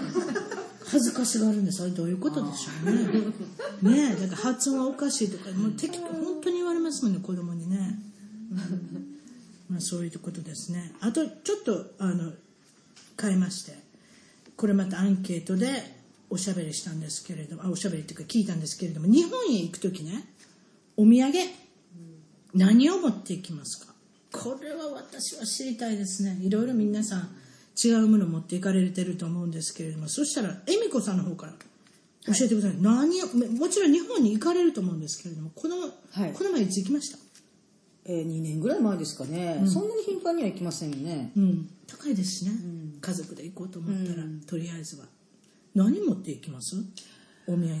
S1: 恥ずかしがるんですあれどういうことでしょうねねえだから発音はおかしいとかもう適当本当に言われますもんね子供にね、うんまあ、そういうことですねあとちょっとあの変えましてこれまたアンケートでおしゃべりしたんですけれどもあおしゃべりっていうか聞いたんですけれども日本へ行く時ねお土産何を持っていきますかこれは私は知りたいですねいろいろ皆さん違うものを持っていかれてると思うんですけれどもそしたら恵美子さんの方から教えてください、何をももちろん日本に行かれると思うんですけれどもこの,、この前いつ行きました
S3: えー、2年ぐらい前ですかね、
S1: うん
S3: そんなに頻繁には行きませんよね、
S1: うん、高いですしね、家族で行こうと思ったら、とりあえずは何持っていきますお土産に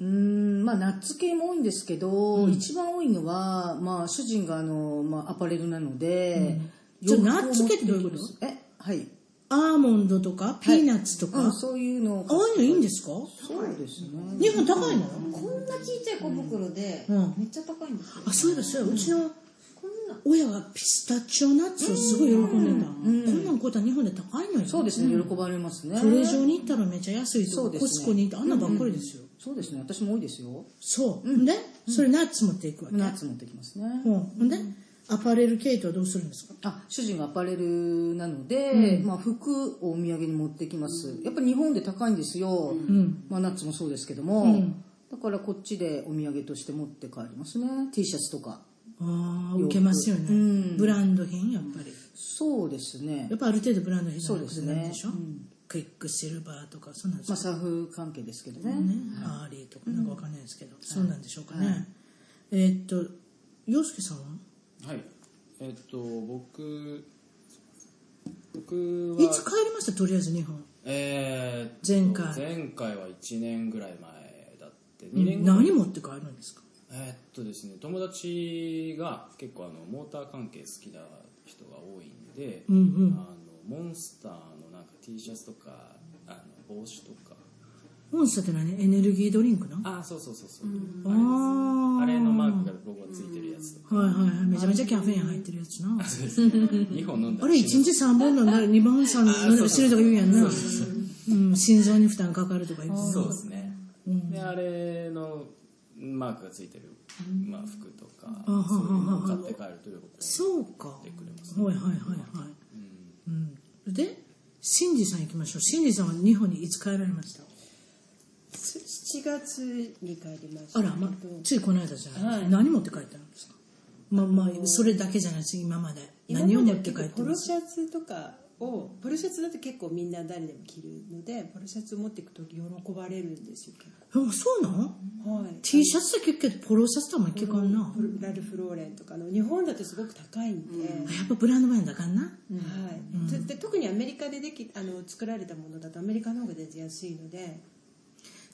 S3: うーんまあ、ナッツ系も多いんですけど、一番多いのは、まあ、主人があの、まあ、アパレルなので、
S1: うんちょナッツ系ってどういうこと
S3: とえはい
S1: アーモンドとかピーナッツとか、
S3: うんそういうのを
S1: ああいうのいいんですか
S3: そうですね
S1: 日本高いの
S9: こんなちっちゃい小袋で、
S1: うん
S9: めっちゃ高いんですよ
S1: あそういえばそういえばうちの親はピスタチオナッツをすごい喜んでた、こんなんこうたら日本で高いのよ
S3: そうですね、喜ばれますね
S1: トレジョに行ったらめっちゃ安いと
S3: そう
S1: か、
S3: です
S1: コ
S3: ね
S1: スコに行ってあんなばっかりですよ、
S3: そうですね私も多いですよ
S1: そう、でそれナッツ持っていくわけ
S3: ナッツ持ってきますね、
S1: うんほんでアパレル系統はどうするんですか
S3: あ主人がアパレルなので、
S1: うん
S3: まあ、服をお土産に持ってきます、やっぱり日本で高いんですよ、
S1: ん
S3: まあ、ナッツもそうですけども、
S1: うん
S3: だからこっちでお土産として持って帰りますね T シャツとか
S1: ああ受けますよね、
S3: うん
S1: ブランド品やっぱり
S3: そうですね
S1: やっぱある程度ブランド品
S3: そうですね
S1: でしょ、クイックシルバーとかそんなんです
S3: まあ
S1: か
S3: サーフ関係ですけどね、
S1: アーリーとかなんかわかんないですけど、そうなんでしょうかね、えーっと洋介さんは
S7: はいえっと僕僕はい
S1: つ帰りましたとりあえず日本
S7: えーっと
S1: 前回
S7: 前回は1年ぐらい前だって
S1: うん
S7: 2年ぐらい
S1: 何持って帰るんですか
S7: えーっとですね友達が結構あのモーター関係好きな人が多いんで、
S1: うんうん
S7: あのモンスターのなんか T シャツとかあの帽子とか
S1: モンスターって何エネルギードリンクの
S7: あそうそうそうそう、
S1: あー
S7: あれのマークが僕はついてるやつとか、
S1: はいはいめちゃめちゃキャフェイン入ってるやつな
S7: そうですね2本飲んだ
S1: あ
S7: ら
S1: れ1
S7: 死ぬ
S1: 日3本飲んだら2本3飲んだら死ぬとか言うやんな
S7: そうそうそう
S1: うん心臓に負担かかるとか言う
S7: そうですね、
S1: うん
S7: であれのマークがついてる、まあ、服とか
S1: あはは
S7: そういうのを
S1: は
S7: 買
S1: は
S7: って帰るとよく
S1: そうかはいはいはいはいうんでシンジさん行きましょうシンジさんは日本にいつ帰られました
S9: 7月に帰りました
S1: あら、ま
S9: けど、
S1: ついこの間じゃない、何持って帰ったんですかまあまあそれだけじゃないです今まで
S9: 今
S1: 何を持
S9: ま
S1: っ
S9: で
S1: て帰って
S9: ポ
S1: ま
S9: ロ
S1: す
S9: シャツとかをポロシャツだと結構みんな誰でも着るのでポロシャツを持っていくと喜ばれるんですよ結
S1: あそうなの
S9: 構はい
S1: T シャツだけ着けてポロシャツとはもいけかんなや
S9: ポロラルフ・ローレンとかの日本だとすごく高いんで、
S1: っぱブランド前だからな
S9: はいでで特にアメリカでできあの作られたものだとアメリカの方が全然安いので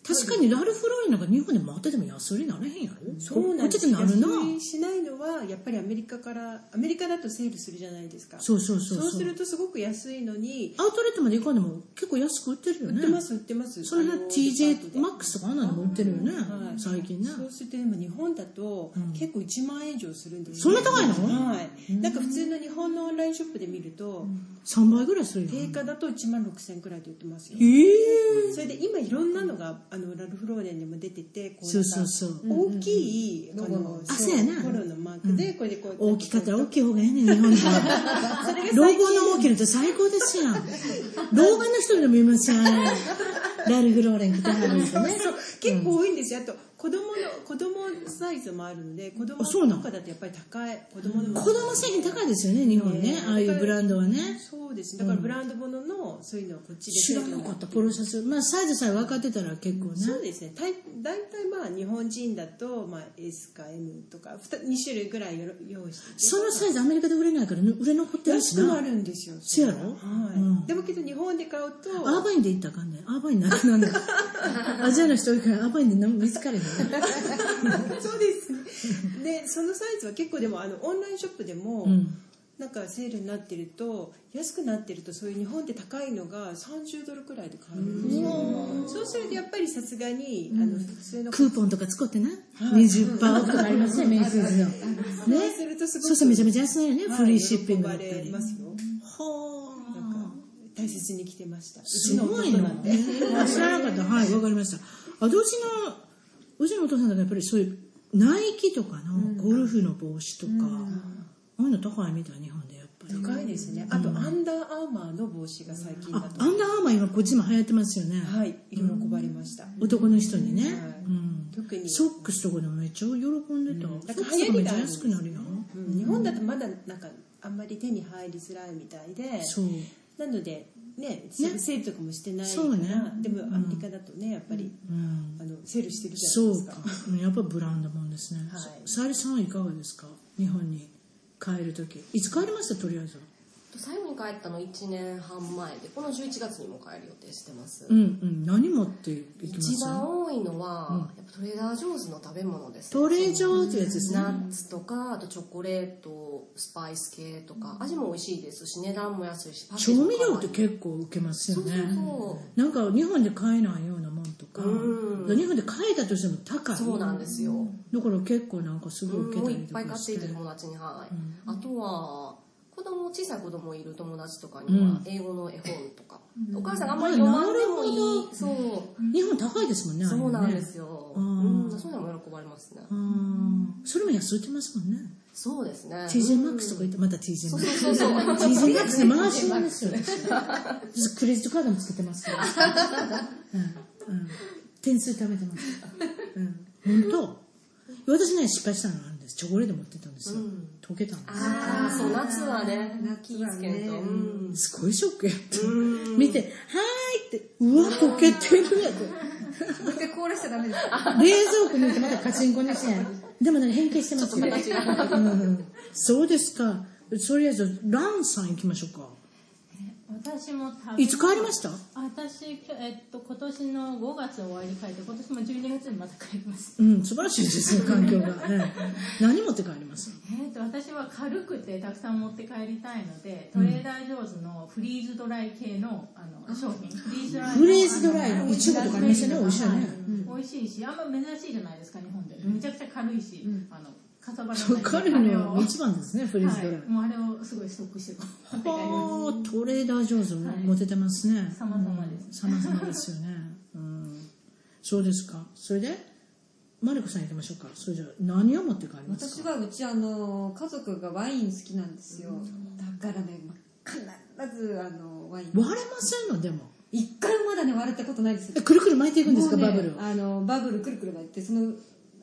S1: 確かにラルフ・ローレンなんか日本で回ってても安売りなれへんやろ
S9: そうなんで
S1: こ
S9: す
S1: っちでなるな
S9: 安売りしないのはやっぱりアメリカからアメリカだとセールするじゃないですか
S1: そうそうそうそう
S9: そうするとすごく安いのに
S1: アウトレットまで行かんでも結構安く売ってるよね
S9: 売ってます売ってます
S1: それが
S9: あの
S1: TJ マックスとかあんなのも売ってるよね、最近ね
S9: そうするとでも日本だと結構1万円以上するんです
S1: そんな高いの
S9: はいなんか普通の日本のオンラインショップで見ると
S1: 3倍ぐらいするよ
S9: 定価だと1万6000円くらいで売ってますよ
S1: ええ
S9: それで今いろんなのがあのラルフ・ローレンでも出ててこ
S1: そうそうそう
S9: なんか大きいあの
S1: あそうやな
S9: フォローのマークでこれでこう
S1: 大きかったら大きい方がええねん日本では
S9: それが
S1: 老後の大きいのって最高ですやん老眼の人にでも見ますやんラルフ・ローレン着てはるんでね
S9: そう結構多いんですよ。あと子供の子供サイズもあるので、子供
S1: そうな
S9: と
S1: の
S9: かだとやっぱり高い子供のも
S1: 子供製品高いですよね日本ねああいうブランドはね
S9: そうです。だからブランド物のそういうのをこっちで
S1: 知らなかったポロシャツまあサイズさえ分かってたら結構ね
S9: そうですね。大大体まあ日本人だとまあ S か M とか二種類ぐらいよろ用意してて。
S1: そのサイズアメリカで売れないから売れ残ってるし
S9: 安く
S1: な
S9: なるんですよ。
S1: せやろ、
S9: はい
S1: うん
S9: でもけど日本で買うと
S1: アーバインで行ったらあかんねアーバインなくなんだアジアの人多いからアーバインで何も見つかれへんね
S9: そうですね。で、そのサイズは結構でもあのオンラインショップでも、
S1: うん
S9: なんかセールになってると安くなってるとそういう日本で高いのが30ドルくらいで買えるんですよ。そうするとやっぱりさすがに、あの普通の
S1: クーポンとか使ってな、
S9: い
S1: 20%オフとかありますね、メイスーズの。ね
S9: そうするとすごく
S1: そうそう、めちゃめちゃ安いよね、
S9: はい
S1: フリーシッピングだった
S9: 喜ばれ
S1: り。
S9: ますよ。
S1: ほー。
S9: なんか大切に着てました。う
S1: す
S9: ちの
S1: ごい
S9: 弟
S1: な
S9: なんで。。
S1: 知らなかった。はい、わかりました。あとうちの、うちのお父さんだとやっぱりそういう、ナイキとかのゴルフの帽子とか、ああいうの高いみたい、日本でやっぱり。
S9: 高いですね。あとアンダーアーマーの帽子が最近だ
S1: あ、
S9: と
S1: アンダーアーマー今こっちでも流行ってますよね。
S9: はい喜ばれました。
S1: 男の人にね。うん
S9: 特に
S1: ソックスとかでもめっちゃ喜んでた。ソ
S9: だ
S1: ッ
S9: か
S1: クス
S9: ら
S1: と
S9: 流行
S1: かめ
S9: り
S1: っ
S9: が
S1: ち
S9: あ
S1: ゃ
S9: るんです
S1: 安くなるよ。
S9: うん日本だとまだなんかあんまり手に入りづらいみたいで
S1: そう。
S9: なのでねセ
S1: ね
S9: セールとかもしてないか
S1: そ
S9: ら、
S1: うね
S9: でもアメリカだとねやっぱり、
S1: うん。
S9: あのセールしてるじゃ
S1: そ
S9: ないで
S1: う
S9: すか
S1: か、うんやっぱブランドもんですね。
S9: はい
S1: ささゆりさんはいかがですか、日本に帰るとき、いつ帰りましたとりあえずは。
S4: 最後に帰ったの1年半前でこの11月にも帰る予定してます、
S1: うんうん、何持っていきま
S4: 一
S1: す。
S4: 番多いのは、やっぱトレーダー・ジョーズの食べ物です、
S1: トレジョーってやつですね
S4: ナ。ッツとかあとチョコレートスパイス系とか味も美味しいですし値段も安いしパッケー
S1: 調
S4: ジも
S1: 味料って
S4: 可愛い
S1: 結構受けますよね。
S4: そ
S1: なんか日本で買えないようなもんとか、
S4: うん
S1: 日本で買えたとしても高い。
S4: そうなんですよ
S1: だから結構なんかすご
S4: う
S1: い受け
S4: も
S1: た
S4: うい
S1: り
S4: っ
S1: と
S4: ぱい買
S1: か
S4: っ
S1: して
S4: い
S1: て。
S4: て友達にはい、あとは子供小さい子供いる友達とかに
S1: う
S4: は
S1: ん
S4: 英語の絵本とか、
S1: うん
S4: お母さんがあんまり読まんでもい
S1: なる
S4: い
S1: ほど
S4: そう
S1: 日本高いですもんね。あれ
S4: そ
S1: も
S4: う
S1: ね
S4: なんですよ、
S1: あ
S4: う
S1: ー
S4: ん、そういうのも喜ばれますね、
S1: うんそれも安売ってますもんね。
S4: そうですね
S1: TJ マックスとか言ってまた TJ マ
S4: そう
S1: ックス。
S4: そうそう
S1: TJ マックスで回しなんですよ。私クレジットカードも作ってますから。うんうん点数貯めてます。うん本当私ね、失敗したのあるんです。チョコレート持ってったんですよ。溶けたんです。
S4: ああそう夏はね気ぃつけんと、うん
S1: すごいショックやった。見て、はーいって、うわ、溶けてるやつ。
S11: もう一回凍らしちゃダメですか
S1: 冷蔵庫見てまだカチンコにしてないでもね、変形してますよ。
S11: ちょっとまた違う
S1: うんそうですか。とりあえず、ランさん行きましょうか。
S8: 私も多分
S1: いつ帰りました
S8: 私、きょえっと、今年の5月終わりに帰って、今年も12月にまた帰ります。
S1: うん、素晴らしいですね、環境が。ええ何持って帰ります
S8: えっと、私は軽くてたくさん持って帰りたいので、トレーダー・ジョーズのフリーズドライ系のあの商品。フリーズドライの
S1: フリーズドライのいちごとかありますよね
S8: あの
S1: 美味しいよね
S8: はうん美味しいし、あんま珍しいじゃないですか、日本で。めちゃくちゃ軽いし、あの、かさばら
S1: そう
S8: ない
S1: 彼
S8: で
S1: には一番ですね、フリーズドライ
S8: はい。もうあれをすごいストックしてます。
S1: あートレーダー上手もモテてますね。様々
S8: です。
S1: 様々ですよね。うん。そうですか。それで、マリコさん行きましょうか。それじゃあ何を持って帰ります
S9: 私
S1: か
S9: はうちあの家族がワイン好きなんですよだからね必ずあのワイン
S1: 割れませんのでも。
S9: 一回もまだね割れたことないです
S1: くるくる巻いていくんですか
S9: もうね
S1: バブルを
S9: あのバブルくるくる巻いてその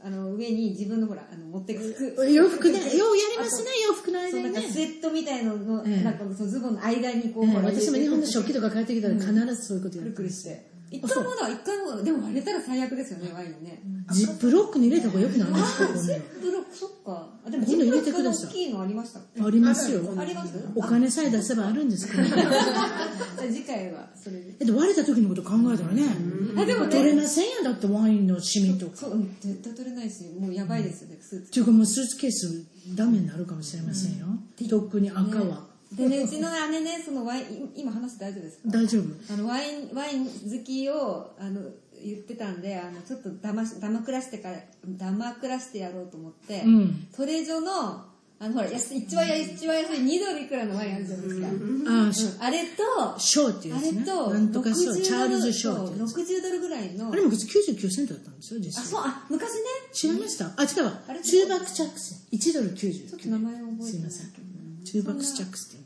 S9: あの上に自分のほらあの持ってく服
S1: 洋服ねようやりますね洋服の間にね
S9: そうなんかスウェットみたいのの、
S1: ええ
S9: なんかそのズボンの間にこう、
S1: ええ
S9: ほら
S1: 私も日本の食
S9: 食
S1: 器と
S9: 器
S1: か帰ってきたら必ずそういうことや
S9: く
S1: る
S9: るくるして一回もまだ一回もでも割れたら最悪ですよねワインね、
S1: ジップロックに入れた方がよくなりますか
S9: あ
S1: 今
S9: ジ
S1: 度
S9: ップロックそっかあでもジ
S1: 今度
S9: ッ
S1: 入れて
S9: プロック
S1: く
S9: の
S1: ださい
S9: 大きいのありました
S1: ありますよ
S9: あります
S1: お金さえ出せばあるんですからね
S9: じゃあ次回はそれで
S1: えっと割れた時のこと考えたらね
S9: あでもね
S1: 取れなせんやんだってワインのシミとか
S9: そううん絶対取れないしもうやばいですよね、スーツ
S1: っていうかもうスーツケースダメになるかもしれませんよ、特に赤は、
S9: でねうちの姉ねそのワイン今話して大丈夫ですか
S1: 大丈夫
S9: あのワインワイン好きをあの言ってたんであのちょっとだましだまくらしてからだまくらしてやろうと思って、
S1: うん
S9: トレジョのあのほら安い一番安い一番安い2ドルいくらのワインあるじゃないですか、
S1: ああし
S9: あれと
S1: ショーっていうやつね
S9: あれと
S1: なんとかショー
S9: 60
S1: チャールズショーってやつ
S9: そう60ドルぐらいの
S1: あれも別に99セントだったんですよ実
S9: あ
S1: 際
S9: そうあ昔ね
S1: 知りましたあ違うわチューバックチャックス1ドル99ちょっと名
S9: 前覚えて
S1: すいませんチューバックスチャックスって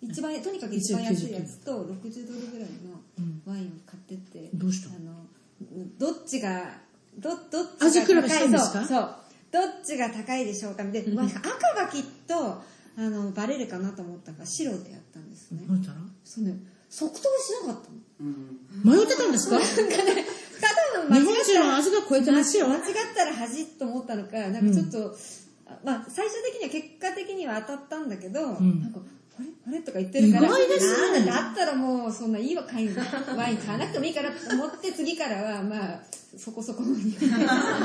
S1: 言います
S9: 一番とにかく一番安いやつと60ドルぐらいのワインを買ってって、
S1: どうした
S9: あのどっちがどどっ
S1: 味
S9: ちが
S1: 比べしたんですか
S9: そうそうどっちが高いでしょうかみたいな、赤がきっとあのバレるかなと思ったから白でやったんですね、
S1: 思ったら
S9: そうね即答しなかったの
S1: 迷ってたんですか
S9: 多
S1: 日
S9: 分間違
S1: 本
S9: った
S1: 人の味が超えてますよ
S9: 間違ったら恥と思ったのかなんかちょっと、あまあ最終的には結果的には当たったんだけど、
S1: ん
S9: なんかあれあれとか言ってるから
S1: 意外ですね
S9: なんだだったらもうそんないいわ買いワイン買わなくてもいいからと思って次からはまあそこそこのに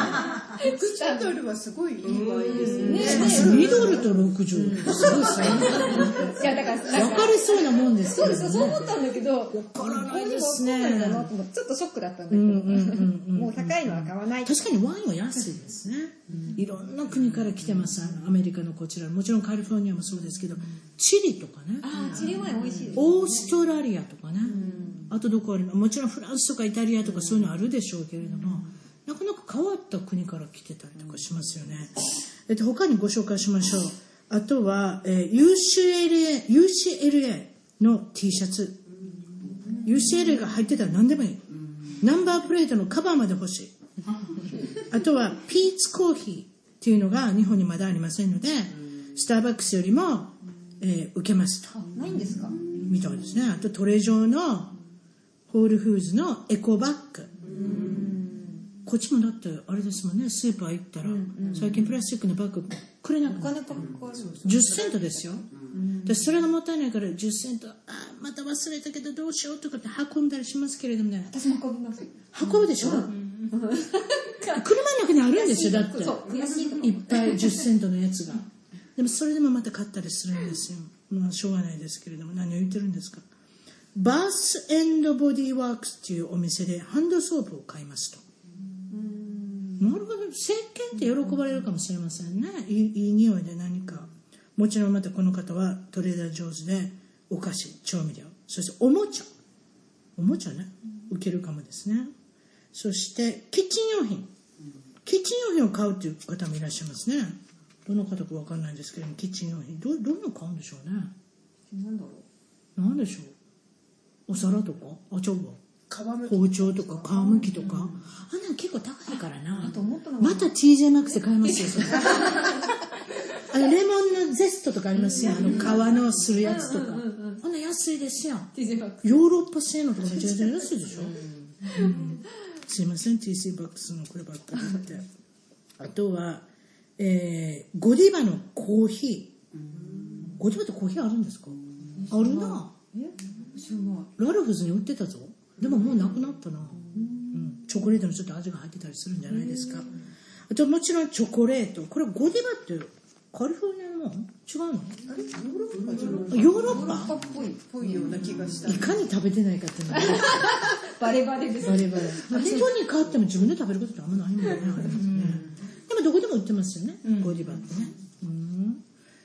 S12: 60ドルはすごいいいワインですよね。
S1: しかし2ドルと60ドルすごいですね
S9: いやだからなん
S1: 分かりそうなもんです
S9: そ
S1: よ
S9: うで
S1: ね
S9: すよそう思ったんだけど分から
S1: ないですね
S9: んだなと思ってちょっとショックだったんだけ
S1: う
S9: ど、
S1: んうんうんうん
S9: もう高いのは買わない
S1: 確かにワインは安いですね、いろんな国から来てますあのアメリカのこちらもちろんカリフォルニアもそうですけどチリとかね
S9: あーチリワイン美味しいです
S1: オーストラリアとかね、あとどこありますもちろんフランスとかイタリアとかそういうのあるでしょうけれども、なかなか変わった国から来てたりとかしますよね、えっと、他にご紹介しましょうあとは、えー UCLA, UCLA の T シャツ UCLA が入ってたら何でもいい、ナンバープレートのカバーまで欲しいあとはピーツコーヒーっていうのが日本にまだありませんので、スターバックスよりも、えー受けますと。
S9: ないんですか
S1: みたいですね。あとトレジョーのホールフーズのエコバッグ。こっちもだってあれですもんね、スーパー行ったら、最近プラスチックのバッグくれなくなって10セントですよ。でそれがもったいないから10セント、あーまた忘れたけどどうしようとかって運んだりしますけれどもね。
S9: 私も運びます
S1: 運ぶでしょ、 車の中にあるんですよだって
S9: そう悔しいと思う
S1: いっぱい10セントのやつがでもそれでもまた買ったりするんですよまあしょうがないですけれども何を言ってるんですかバースボディーワークスっていうお店でハンドソープを買いますとなるほど石鹸って喜ばれるかもしれませんねいいいい匂いで何かもちろんまたこの方はトレーダー上手でお菓子調味料そしておもちゃおもちゃね受けるかもですねそしてキッチン用品キッチン用品を買うという方もいらっしゃいますねどの方か分かんないんですけどもキッチン用品どどういうの買うんでしょうね
S9: なんだろう
S1: 何でしょうお皿とかあちゃうわ
S12: 皮むき
S1: 包丁とか皮むきとか、あんなの結構高いからな
S9: と思ったのが
S1: また TJ マックスで買いますよそれあのレモンのゼストとかありますよあの皮のするやつとかあんな安いですよヨーロッパ製のとかめちゃめちゃ安いでしょ、うんすいません TC バックスのこればっかり言ってあとは、えー、ゴディバのコーヒーゴディバってコーヒーあるんですかあるな
S9: すごい
S1: ラルフズに売ってたぞでももうなくなったな、うんチョコレートにちょっと味が入ってたりするんじゃないですか、あともちろんチョコレートこれゴディバってカリフォルニアのもん違うの
S12: あれヨーロッパじゃない
S1: ヨーロッパ
S12: っぽいぽいような気がした
S1: いかに食べてないかっていう のが
S9: バレバレです
S1: バレバレ人に買っても自分で食べることってあんまないもんねあれですねでもどこでも売ってますよね、ゴディバってねうん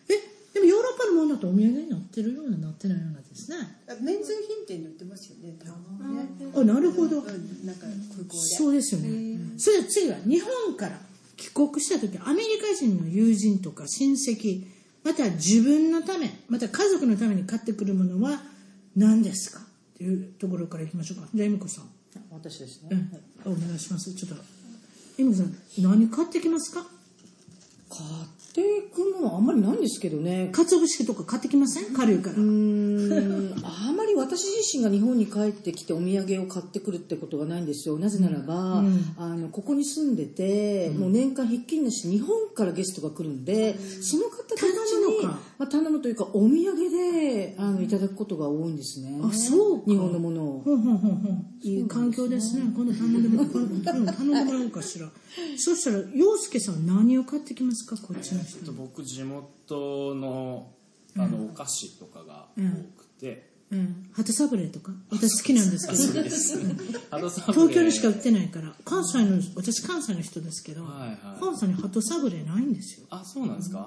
S1: えでもヨーロッパのものだとお土産になってるようななってないようなですね
S12: あメンズ品店で売ってますよね多分ね
S1: あなるほ
S12: う
S1: ど
S12: んなんか空港で
S1: そうですよねそれで次は日本から帰国した時アメリカ人の友人とか親戚または自分のためまたは家族のために買ってくるものは何ですかっていうところからいきましょうかじゃあ恵美子さん、
S3: 私ですね、
S1: うんお願いしますちょっと恵美子さん何買ってきますか
S3: 買っていくものあんまりないんですけどね
S1: 鰹節とか買ってきません軽いから
S3: うんあまり私自身が日本に帰ってきてお土産を買ってくるってことがないんですよなぜならば、
S1: うん
S3: あのここに住んでて、もう年間ひっきりなし日本からゲストが来るんで、その方たち
S1: 頼む
S3: に、
S1: の
S3: ま
S1: か
S3: あ、頼むというかお土産であのいただくことが多いんですね
S1: あそうか
S3: 日本のものを
S1: ほんほんほんほんいい環境ですね今度頼んでもらおううん頼んでもらおうかしらそしたら洋介さんは何を買ってきますかこっちの人
S7: と僕地元のあのお菓子とかが多くて、
S1: うん、鳩サブレーとか私好きなんですけ
S7: あそう
S1: ど
S7: です鳩サブレー
S1: 東京にしか売ってないから関西の私関西の人ですけど、
S7: はいはい
S1: 関西に鳩サブレーないんですよ
S7: あそうなんですか、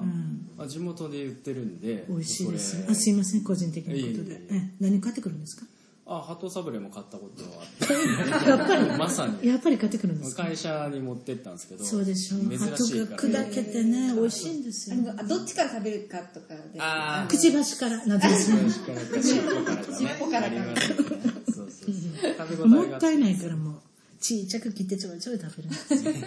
S7: あ地元で売ってるんで
S1: 美味しいです
S7: それ
S1: あすいません個人的なことで
S7: いえいえいえ
S1: ええ何買ってくるんですか
S7: あハトサブレーも買ったことはあって
S1: やっぱり
S7: まさに
S1: やっぱり買ってくるんですか
S7: 会社に持ってったんですけど
S1: そうでしょう
S7: 珍
S1: 鳩が
S7: しいから
S1: 砕けてね美味しいんですよ
S9: あのあどっちから食べるかとかで
S7: あー
S1: くちばしからなぜ
S7: からか尻尾からかね
S9: 尻尾からか
S7: ありますよねそうそうそう
S1: もったいないからもうちっちゃく切ってちょいちょい食べるんです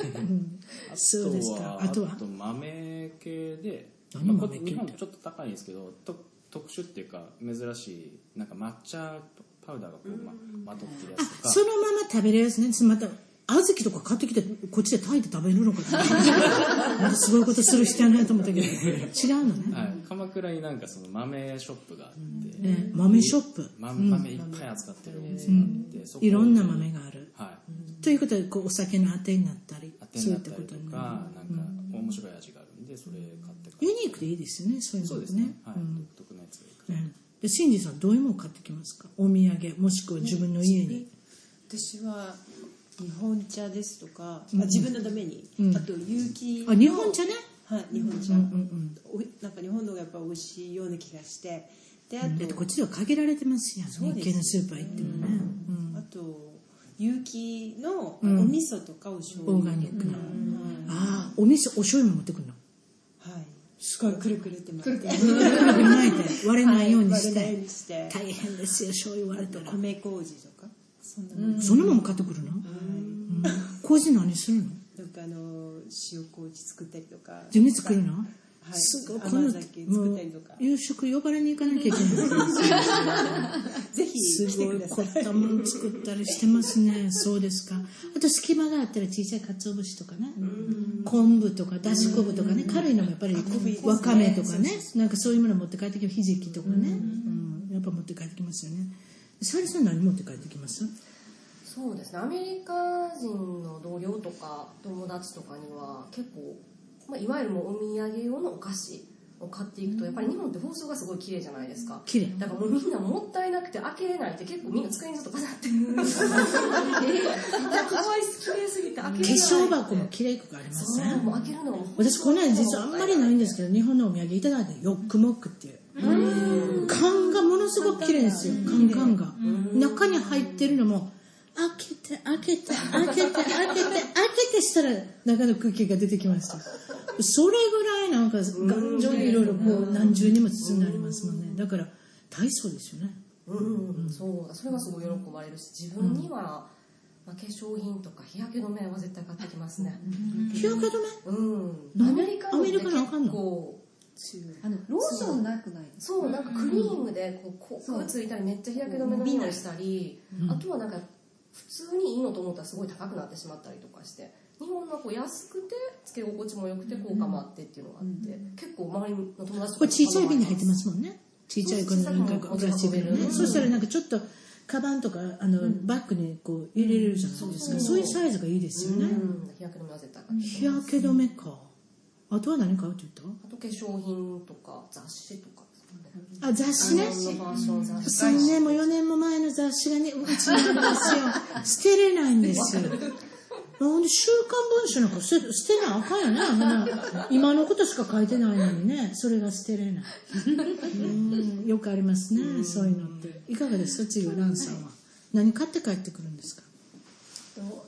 S1: よ、うんそうですかあとは
S7: あと豆系で、
S1: 何
S7: まあこ
S1: 豆系って
S7: 日本ちょっと高いんですけどと特殊っていうか珍しいなんか抹茶パウダーがこう、ま、まとってるやつとか
S1: そのまま食べれるやつねまた小豆とか買ってきてこっちで炊いて食べるのかと思ってまたすごいことする必要ないと思ったけど違うの ね、
S7: はい、鎌倉になんかその豆ショップがあって、
S1: ね豆ショップ、
S7: ま、
S1: うん
S7: 豆いっぱい扱ってるお店
S1: う
S7: があって、
S1: ん
S7: そ、こ
S1: いろんな豆がある、
S7: はい
S1: ということでこうお酒のあてになったり
S7: 当て
S1: そうい
S7: にな
S1: っ
S7: ったた
S1: こ
S7: り
S1: とに
S7: と
S1: な
S7: かなんか面白い味があるんでそれ買って帰
S1: る
S7: る
S1: ユニークでいいですよねそういう
S7: そ
S1: の
S7: う
S1: で
S7: で
S1: すね
S7: ね、はい
S1: うん
S7: 独特のやつがいいか
S1: うんでシンジさんどういうものを買ってきますかお土産もしくは自分の家に、
S12: 私は日本茶ですとか、あ
S1: うん
S12: 自分のために、
S1: うん
S12: あと有機の
S1: あ日本茶ね
S12: はい日本茶、
S1: うんうん
S12: おいなんか日本のがやっぱ美味しいような気がしてであ
S1: うん、だって
S12: と、
S1: こっちでは限られてますやん
S12: そう
S1: 日
S12: です
S1: 系のスーパー行ってもね、うん
S12: あと有機のお
S1: うん
S12: 味噌とかお醤油
S1: オーガニックな
S12: うんは
S1: ああお味噌お醤油も持ってくるの
S12: い すごいくるくるってます
S1: 巻いて割れないように
S12: 割れ
S1: して、
S12: ないようにして
S1: 大変ですよ醤油割れたら
S12: 米麹とかそんなもん
S1: そのまま買ってくるの、うん、麹何するの
S12: なんかあの塩麹作ったりとか
S1: 自分で作るの、
S12: はい
S1: すごいこ
S12: 甘
S1: の
S12: 酒作ったりとか
S1: もう夕食呼ばれに行かなきゃいけ ない
S12: ぜひ
S1: す
S12: 来て
S1: ご
S12: く
S1: い
S12: ださ
S1: 凝
S12: い
S1: ったもの作ったりしてますねそうですかあと隙間があったら小さい鰹節とかね昆布とかだし昆布とかね軽いのもやっぱりわかめとかねなんかそういうもの持って帰ってきますひじきとかねうんやっぱ持って帰ってきますよね沙莉さん何持って帰ってきます
S4: そうですねアメリカ人の同僚とか友達とかには結構、まあ、いわゆるもうお土産用のお菓子を買っていくとやっぱり日本って包装がすごい綺麗じゃないですか
S1: 綺麗
S4: だからもうみんなもったいなくて開けれないって結構みんな机にずっと飾っ てるかわいす綺麗すぎて開け
S1: 化
S4: れない
S1: 粧箱も綺麗くありま
S4: そ
S1: せ
S4: うも
S1: ん
S4: う開けるのがもう
S1: 私この間実はあんまりないんですけど日本のお土産いただいたヨックモックっていう缶がものすごく綺麗ですよ缶缶が中に入ってるのも開けて開けて開けて開けて開けてしたら中の空気が出てきましたそれぐらいなんか頑丈にいろいろこう何重にも包んでありますもんねだから大層ですよね
S4: うん、そうだそれがすごい喜ばれるし自分には、まあ、化粧品とか日焼け止めは絶対買ってきますね
S1: 日焼け止め
S4: うん、
S1: な
S4: ア
S1: んで
S4: メリカのって
S1: アメリカのあ
S4: 結
S1: かんの
S4: 構
S9: あのローションなくないです
S4: そうなんかクリームでこうこうこうついたりめっちゃ日焼け止めの匂いしたり、あとはなんか普通にいいのと思ったらすごい高くなってしまったりとかして日本のこう安くてつけ心地も良くて効果もあってっていうのがあって、結構周りの友達とか
S1: これ小さい瓶に入ってますもんねちっちゃい子のなんかプラスチックのねそしたらなんかちょっとカバンとかあの、バッグにこう入れれるじゃないですか、
S4: うん
S1: そういうサイズがいいですよね、
S4: うん日焼け止めは絶対買って
S1: 日焼け止めかあとは何買うって言っ
S4: あと化粧品とか雑誌とか
S1: たあ雑誌ね
S4: あのファッション雑誌
S1: 3年も4年も前の雑誌がねうちにあるんですよ捨てれないんですよほんで週刊文集なんか捨て捨てなあかんよねあんな今のことしか書いてないのにねそれが捨てれないうんよくありますねそういうのっていかがですか次はランさんは何買って帰ってくるんですか
S8: と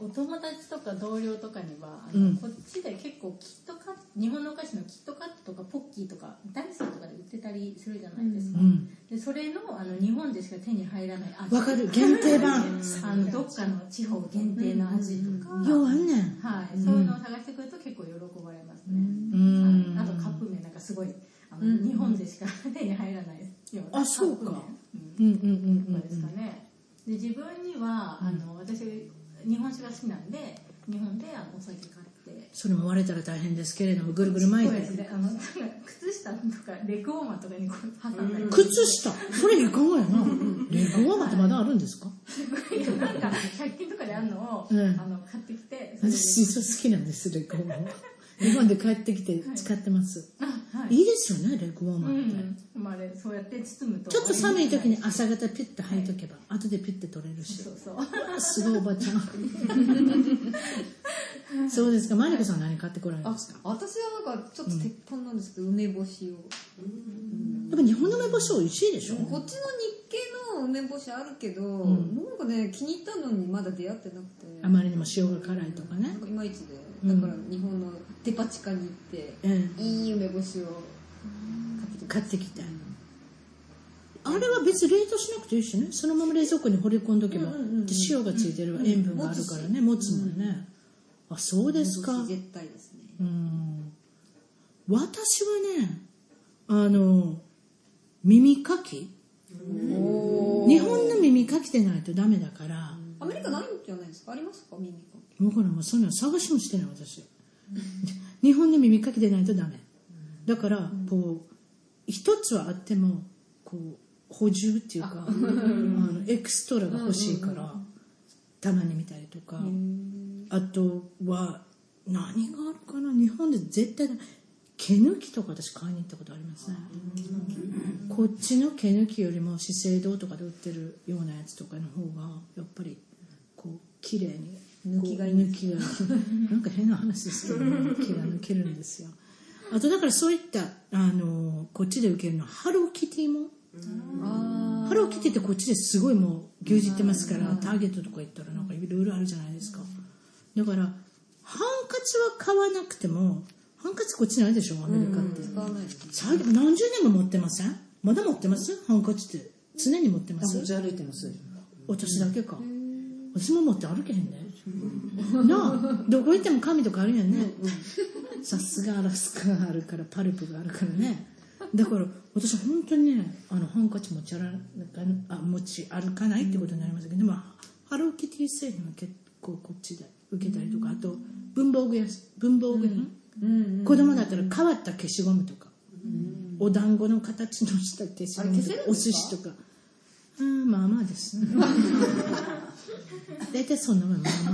S8: お友達とか同僚とかにはあ
S1: う
S8: の、
S1: ん
S8: こっちで結構キットカット日本のお菓子のキットカットとかポッキーとかダイソーとかで売ってたりするじゃないですか、
S1: うん
S8: でそれのあの日本でしか手に入らない味
S1: わかる限定版
S8: あのどっかの地方限定の味とか、
S1: ようあんねん
S8: はい、そういうのを探してくると結構喜ばれますね、
S1: うん
S8: はいあとカップ麺なんかすごいあの、
S1: うん
S8: 日本でしか手に入らないような
S1: あそうか
S8: カップ
S1: うんうんうんうん
S8: 麺ですかねで自分にはあの私日本酒が好きなんで日本であのお酒買って
S1: それも割れたら大変ですけれどもぐるぐる巻い
S8: そう
S1: て
S8: ですねあのなんか靴下とかレクウォーマーとかにこう挟んだり
S1: 靴下それレゴやなレゴはまたまだあるんですか
S8: なんか100均とかであるのを、
S1: うん
S8: あの買ってきてそれで
S1: 私実は好きなんですレゴは日本で帰ってきて使ってます、
S8: あはい
S1: い、いですよねレゴは
S8: う
S1: まって、
S8: ん、まあ、あれそうやって包むと
S1: ちょっと寒い時に朝方ピュッと履いとけば、後でピュッて取れるし
S8: そうそう
S1: わすごいおばちゃん そうですかマリコさん何買ってこられるんですか
S9: 私はなんかちょっと鉄板なんですけど、梅干しを、
S1: やっぱ日本の梅干し美味しいでしょ
S9: こっちの日系の梅干しあるけど、なんかね気に入ったのにまだ出会ってなくて
S1: あまりにも塩が辛いとかね
S9: なんかいまいちで
S1: う
S9: だ
S1: ん
S9: から日本のデパ地下に行って、
S1: うん
S9: いい梅干しを
S1: 買ってきてあれは別に冷凍しなくていいしねそのまま冷蔵庫に放り込んどけば、で塩がついてれば塩分があるからね、持つもんね、あそうですか
S9: 梅干し絶対ですね
S1: うん私はねあの耳かき日本の耳かきでないとダメだから
S9: アメリカないんじゃないですかありますか耳かき
S1: だからもうそんなの探しもしてない私日本の耳かきでないとダメだからこう一つはあってもこう補充っていうかあのエクストラが欲しいからたまに見たりとかあとは何があるかな日本で絶対ない毛抜きとか私買いに行ったことありますねこっちの毛抜きよりも資生堂とかで売ってるようなやつとかの方がやっぱりこう綺麗に
S9: 抜きがいい
S1: こう抜きがなんか変な話ですけど抜 きが抜けるんですよあとだからそういったあのこっちで受けるのはハローキティもハローキティってこっちですごいもう牛耳ってますからターゲットとか行ったらなんかいろいろあるじゃないですかだからハンカチは買わなくてもハンカチこっちないでしょアメリカって
S9: 使わないです
S1: 最近何十年も持ってませんまだ持ってますハンカチって常に持ってま
S3: あ
S1: す
S3: 持ち歩いてます
S1: 私だけか私も持って歩けへんねなあどこ行っても紙とかあるやんねさすがアラスカがあるからパルプがあるからねだから私本当にねあのハンカチ持ち歩かあ持ち歩かないってことになりますけど、でもハローキティ製品は結構こっちで受けたりとかあと文房具屋文房具品、子供だったら変わった消しゴムとか、お団子の形のした消しゴムと
S9: あれ消せ
S1: か
S9: るん
S1: お
S9: です
S1: 寿司
S9: か
S1: とかうんまあまあですね大体そんなもんまあ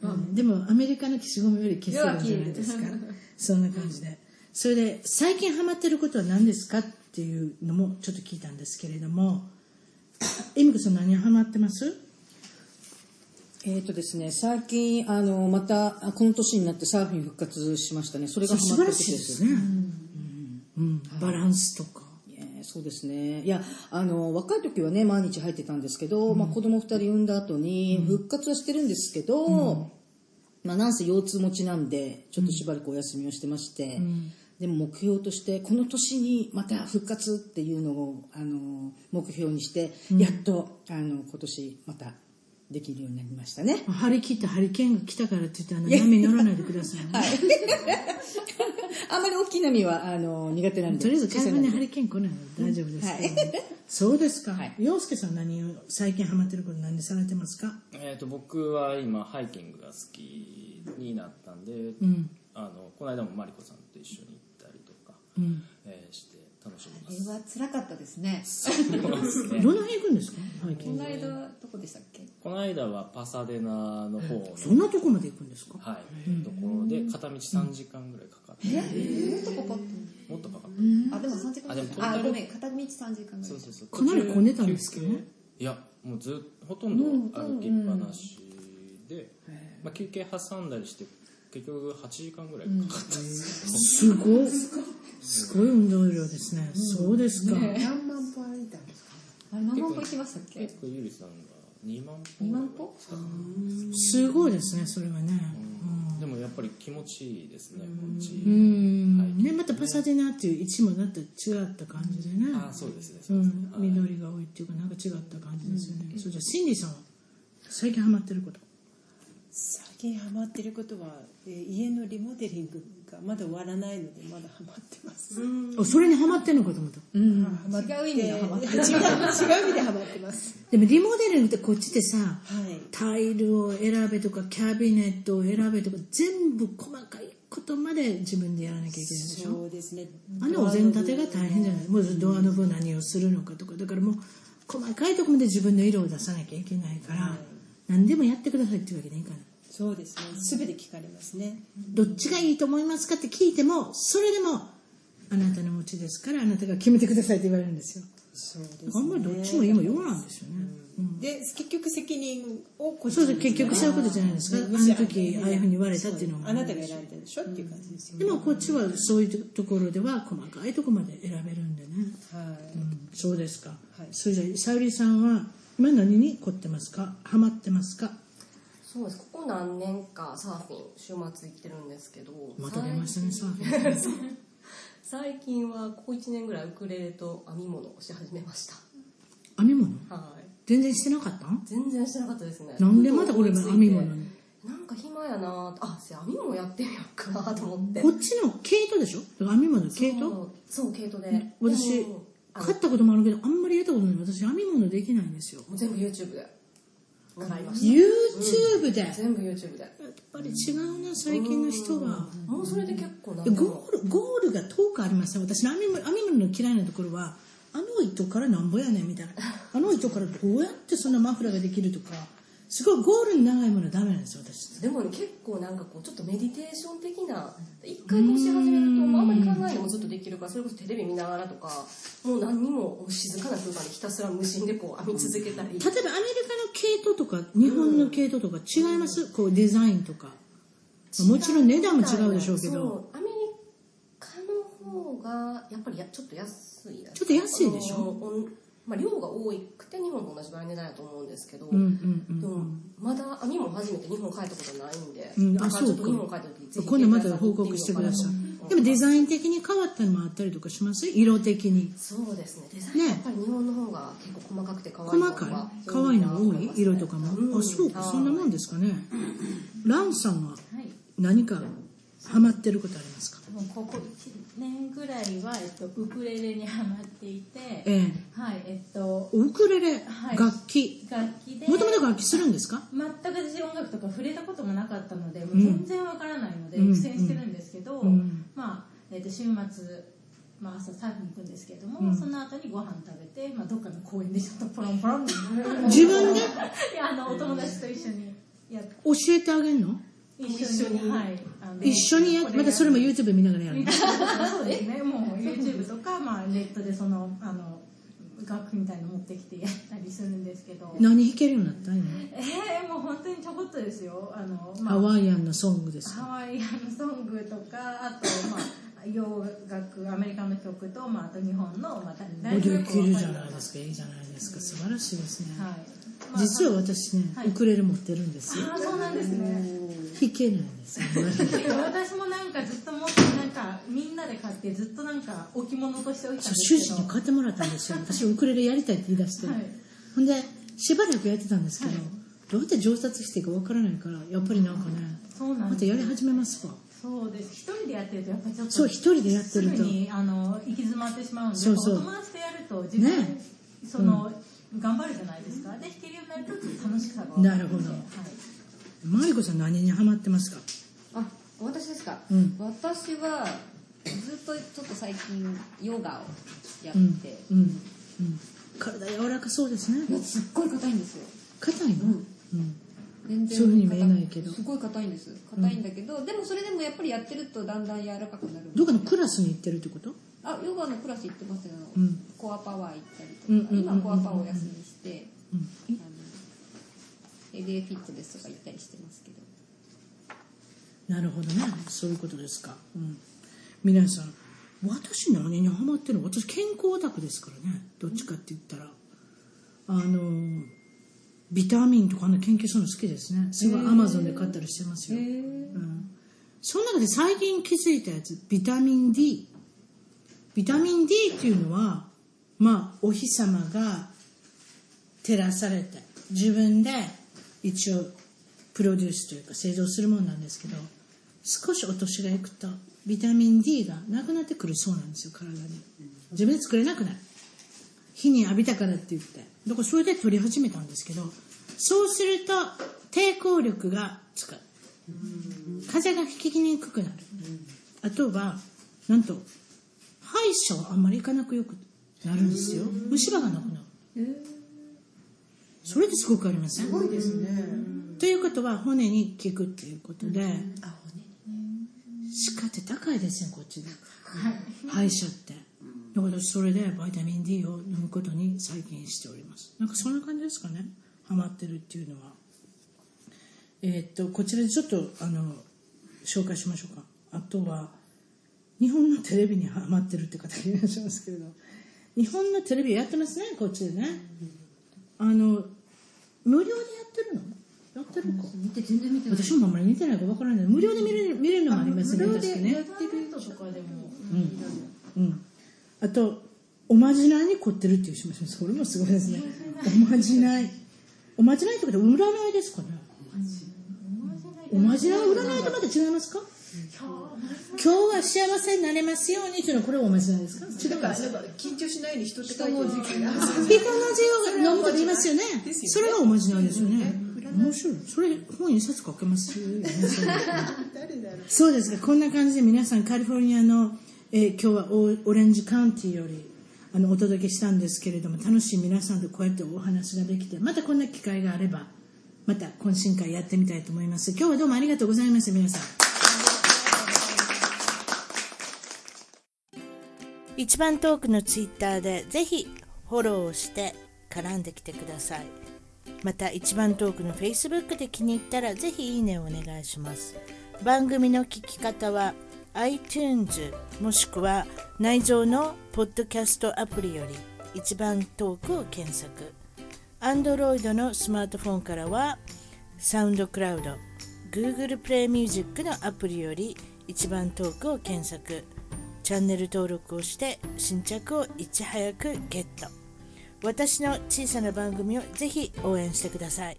S1: まあ、うんでもアメリカの消しゴムより消せるんじゃないですか
S9: 要は綺麗
S1: そんな感じでそれで最近ハマってることは何ですかっていうのもちょっと聞いたんですけれども恵美子さん何ハマってます
S3: えっ、とですね、最近、あの、また、あこの年になってサーフィン復活しましたね。それが
S1: 素晴
S3: ハマっ
S1: ら
S3: た
S1: し
S3: 時
S1: い
S3: で。
S1: ですすね、うんバランスとか
S3: えーそうですね。いや、あの、若い時はね、毎日入ってたんですけど、まあ子供二人産んだ後に、復活はしてるんですけど、まあなんせ腰痛持ちなんで、ちょっとしばらくお休みをしてまして、でも目標として、この年にまた復活っていうのを、あの、目標にして、やっと、あの、今年またできるようになりましたね。
S1: 張り切ってハリケーンが来たからって言ってあの波に乗らないでくださいね、
S3: あんまり大きい波はあの苦手なんで。
S1: とりあえず
S3: 小
S1: 海岸
S3: さい波
S1: にハリケーン来ないので大丈夫ですからね、
S3: はい
S1: そうですか、洋介さん何を最近ハマってること何でされてますか
S7: えー、と僕は今ハイキングが好きになったんで、
S1: うん
S7: あのこの間もマリコさんと一緒に行ったりとか、
S1: うん
S7: えーして楽しみ
S9: あれは辛かったですね。
S7: そうです ね
S1: どの辺行くんですかはい
S9: この間、どこでしたっけ
S7: この間はパサデナの方の
S1: そんなとこまで行くんですか
S7: はいところで片道3時間ぐらいかかって
S9: えもっとかかっ。
S7: もっとかかった
S9: あ、でも3時間
S7: あ
S9: ぐ
S7: でも
S9: らい
S7: トー。タル
S9: あ、ごめん、片道3時間ぐらい。
S7: そうそうそう
S1: かなりこねたんですけどね
S7: いやもうずっほとんど歩きっぱなしで、まあ、休憩挟んだりして結局8時間ぐらいかかったんです
S1: す
S7: よ、
S1: ごいすごい運動量ですね、そうですか、
S9: ね
S12: 何万歩歩いたんですか
S9: あれ、何万歩行きましたっけ
S7: 結構ゆりさんが2万歩
S9: 2万歩
S1: すごいですねそれはね
S7: でもやっぱり気持ちいいですね
S1: うん、ねまたパサデナっていう位置もなった違った感じでね
S7: あそうですね
S1: うん、緑が多いっていうかなんか違った感じですよね、そうじゃあシンディさんは最近ハマってること
S12: 最近ハマってることは、えー家のリモデリングがまだ終わらないのでまだハマってます。
S1: あそれにハマってんのかと思った
S12: 違う意味でハマって違う違う意味でハマってます。
S1: でもリモデリングってこっちでさ、
S12: はい。
S1: タイルを選べとかキャビネットを選べとか全部細かいことまで自分でやらなきゃいけないでしょ
S12: そうですね。
S1: あのお膳立てが大変じゃないもうドアノブ何をするのかとかだからもう細かいところまで自分の色を出さなきゃいけないから、何でもやってくださいっていうわけにはいかない
S12: そうですね。すべて聞かれますね。
S1: どっちがいいと思いますかって聞いてもそれでもあなたのお家ですからあなたが決めてくださいって言われるんですよ
S12: そうです
S1: あんまりどっちも今弱なんですよね、
S12: で、結局責任をこっち
S1: そ
S12: に
S1: うそう結局そういうことじゃないですか、あの時ああいうふうに言われたっていうのが
S12: あなたが選んだでしょっていう感じですよね。
S1: でもこっちはそういうところでは細かいところまで選べるんでね、
S12: はい。
S1: うん、そうですか、
S12: はい
S1: それじゃあさゆりさんは今何に凝ってますかハマってますか
S4: そうですここ何年かサーフィン週末行ってるんですけど
S1: また出ましたねサーフィン
S4: 最近はここ1年ぐらいウクレレと編み物をし始めました
S1: 編み物
S4: はい
S1: 全然してなかったん
S4: 全然してなかったですね
S1: なんでまだ俺
S4: ふ
S1: も編
S4: と思い
S1: み
S4: ついて
S1: 物に
S4: なんか暇やなぁあせや編み物やってみようかなと思って
S1: こっちの毛糸でしょ編み物毛糸
S4: そうそう毛糸で
S1: 私
S4: でも
S1: 買ったこともあるけどあんまりやったことない私編み物できないんですよ
S4: もう全部 YouTube で習いました
S1: YouTube で、やっ
S4: 全部 YouTube で
S1: ぱり違うな最近の人は
S4: もうそれで結構な
S1: でゴールゴールが遠くありません私の編み物編み物の嫌いなところはあの糸からなんぼやねんみ たいなあの糸からどうやってそんなマフラーができるとかすごいゴールに長いものはダメなんですよ私
S4: でもね結構なんかこうちょっとメディテーション的な一回こうし始めるともうあんまり考えでもずっとできるからそれこそテレビ見ながらとかもう何にももう静かな空間でひたすら無心でこう編み続けた
S1: 例
S4: り
S1: えばアメリカの系統とか日本の系統とか違います、こうデザインとか、まあもちろん値段も違うでしょうけど
S4: そうアメリカの方がやっぱりやちょっと安いな
S1: ちょっと安いでしょ
S4: あのおんまあ、量が多くて日本と同じぐらいの値段やと思うんですけど、
S1: うんうんうん
S4: でもまだ編み物初めて日本帰ったことないんで、
S1: うんあ
S4: だら
S1: そうか
S4: ちょっと日本帰った時ぜひ
S1: 今度また報告してくださ
S4: 行ってみようかなと
S1: いでもデザイン的に変わったのもあったりとかします色的に
S4: そうですねデザインやっぱり日本の方が結構細かくて可愛い
S1: 細かい可愛いのが多い色とかもあそうかそんなもんですかねランさんは
S8: はい
S1: 何かハマってることありますか
S8: もうここ1年ぐらいは、えっと、ウクレレにハマっていて、
S1: ええ
S8: はいえっと
S1: ウクレレ
S8: はい
S1: 楽器
S8: 楽器で
S1: もともと楽器するんですか
S8: 全く私音楽とか触れたこともなかったので、もうん全然わからないので
S1: うん
S8: 苦戦してるんですけど、
S1: うん
S8: まあえっと週末、まあ、朝サーフィン行くんですけども、
S1: うん
S8: その後にご飯食べて、まあ、どっかの公園でちょっとポロンポロン
S1: 自分で
S8: いやあのお友達と一緒にやって
S1: 教えてあげるの
S8: 一緒にはいあの
S1: 一緒にや
S8: こ
S1: またそれも YouTube 見ながらやるの
S8: そうですね、もう YouTube とか、まあ、ネットでそのあの楽譜みたいの持ってきてやったりするんですけど、
S1: 何弾けるようになった今
S8: えー、もう本当にちょこっとですよ、あのまあ、
S1: ハワイアンのソングです
S8: ハワイアンソングとか、あと、まあ、洋楽、アメリカの曲と、まあ、あと日本の、まあ、
S1: おできるじゃないですかいいじゃないですか素晴らしいですね
S8: はいまあ
S1: 実は私ね
S8: はい
S1: ウクレレ持ってるんですよ
S8: ああ、そうなんですね。
S1: 弾けないんですよ
S8: いや私もなんかずっと持って、なんかみんなで買って、ずっとなんか置物として置いてたんです
S1: 主
S8: けど。
S1: 人に買ってもらったんですよ私ウクレレやりたいって言い出して、
S8: はい
S1: ほんでしばらくやってたんですけど、どうやって上達していいかわからないからやっぱりなんかね、
S8: そうな
S1: ま
S8: んです
S1: たやり始めますわ
S8: そうです一人でやってるとやっぱりちょっと
S1: そう一人でやってると
S8: すぐにあの行き詰まってしまうんで
S1: そうそう
S8: お友達とやると自分、
S1: ね
S8: その、頑張るじゃないですかで弾けるようになるとちょっと楽しさが
S1: なるほど
S8: はい、
S1: マリコさん何にハマってますか
S9: あ、私ですか。
S1: うん
S9: 私は、えっずっとちょっと最近ヨガをやって、
S1: うんうんうん、体柔らかそうですね
S9: すっごい硬いんですよ
S1: 硬いの、うん
S9: 全然
S1: そういうふうに見えないけど
S9: すごい硬いんです硬いんだけど、でもそれでもやっぱりやってるとだんだん柔らかくなる
S1: どっかのクラスに行ってるってこと
S9: あヨガのクラス行ってますよ、
S1: うん
S9: コアパワー行ったりとか、
S1: うんうんうんうん
S9: 今コアパワーお休みして、あの LA フィットネスとか行ったりしてますけど
S1: なるほどねそういうことですか、うん、皆さん私何にハマってるの私健康オタクですからねどっちかって言ったらあのビタミンとかあの研究するの好きですねすごい
S9: へ
S1: ア
S9: ー
S1: マゾンで買ったりしてますよ、うん、その中で最近気づいたやつビタミン D ビタミン D っていうのはまあお日様が照らされて自分で一応プロデュースというか製造するものなんですけど少しお年がいくとビタミン D がなくなってくるそうなんですよ体に自分で作れなくなる火に浴びたからって言ってだからそれで取り始めたんですけどそうすると抵抗力がつく風邪が引きにくくなるあとはなんと歯医者はあんまり行かなくよくなるんですよ虫歯がなくなるそれですごくあります
S12: すごいですね。
S1: ということは骨に効くっていうことで、歯科って高いですねこっちで歯医者ってだからそれでバイタミン D を飲むことに最近しておりますなんかそんな感じですかねハマってるっていうのはえーっとこちらでちょっとあの紹介しましょうかあとは日本のテレビにハマってるって方がいらっしゃいますけれど日本のテレビやってますねこっちでねあの無料でやってるのやってるか
S9: 見て全然見て
S1: 私もあんまり見てないから分からない無料で見れる見れるのもありますね
S8: 無料
S1: 確か
S8: で
S1: ね
S8: やってる人とかでも、
S1: うん、あとおまじないに凝ってるっていう人もいますそれもすごいですねおまじないおまじないってことは占いですかねおまじない占いとまた違いますか今日は幸せになれますようにっていうのはこれはおまじないですか違
S12: だ
S1: う
S12: か、
S1: からら
S12: なんか緊張しないように人って書いてますけど。
S1: 人の字を飲むと言いますよねそれがおまじないですよね面白いそれ本一冊書けますよねそれ
S12: 誰だろう。
S1: そうですかこんな感じで皆さんカリフォルニアの、えー今日はオオレンジカウンティーよりあのお届けしたんですけれども楽しい皆さんとこうやってお話ができてまたこんな機会があればまた懇親会やってみたいと思います今日はどうもありがとうございました皆さん
S13: 一番トークのツイッターでぜひフォローをして絡んできてくださいまた一番トークの Facebook で気に入ったらぜひいいねをお願いします番組の聞き方は iTunes もしくは内蔵のポッドキャストアプリより一番トークを検索 Android のスマートフォンからはサウンドクラウド Google プレイミュージックのアプリより一番トークを検索チャンネル登録をして新着をいち早くゲット私の小さな番組をぜひ応援してください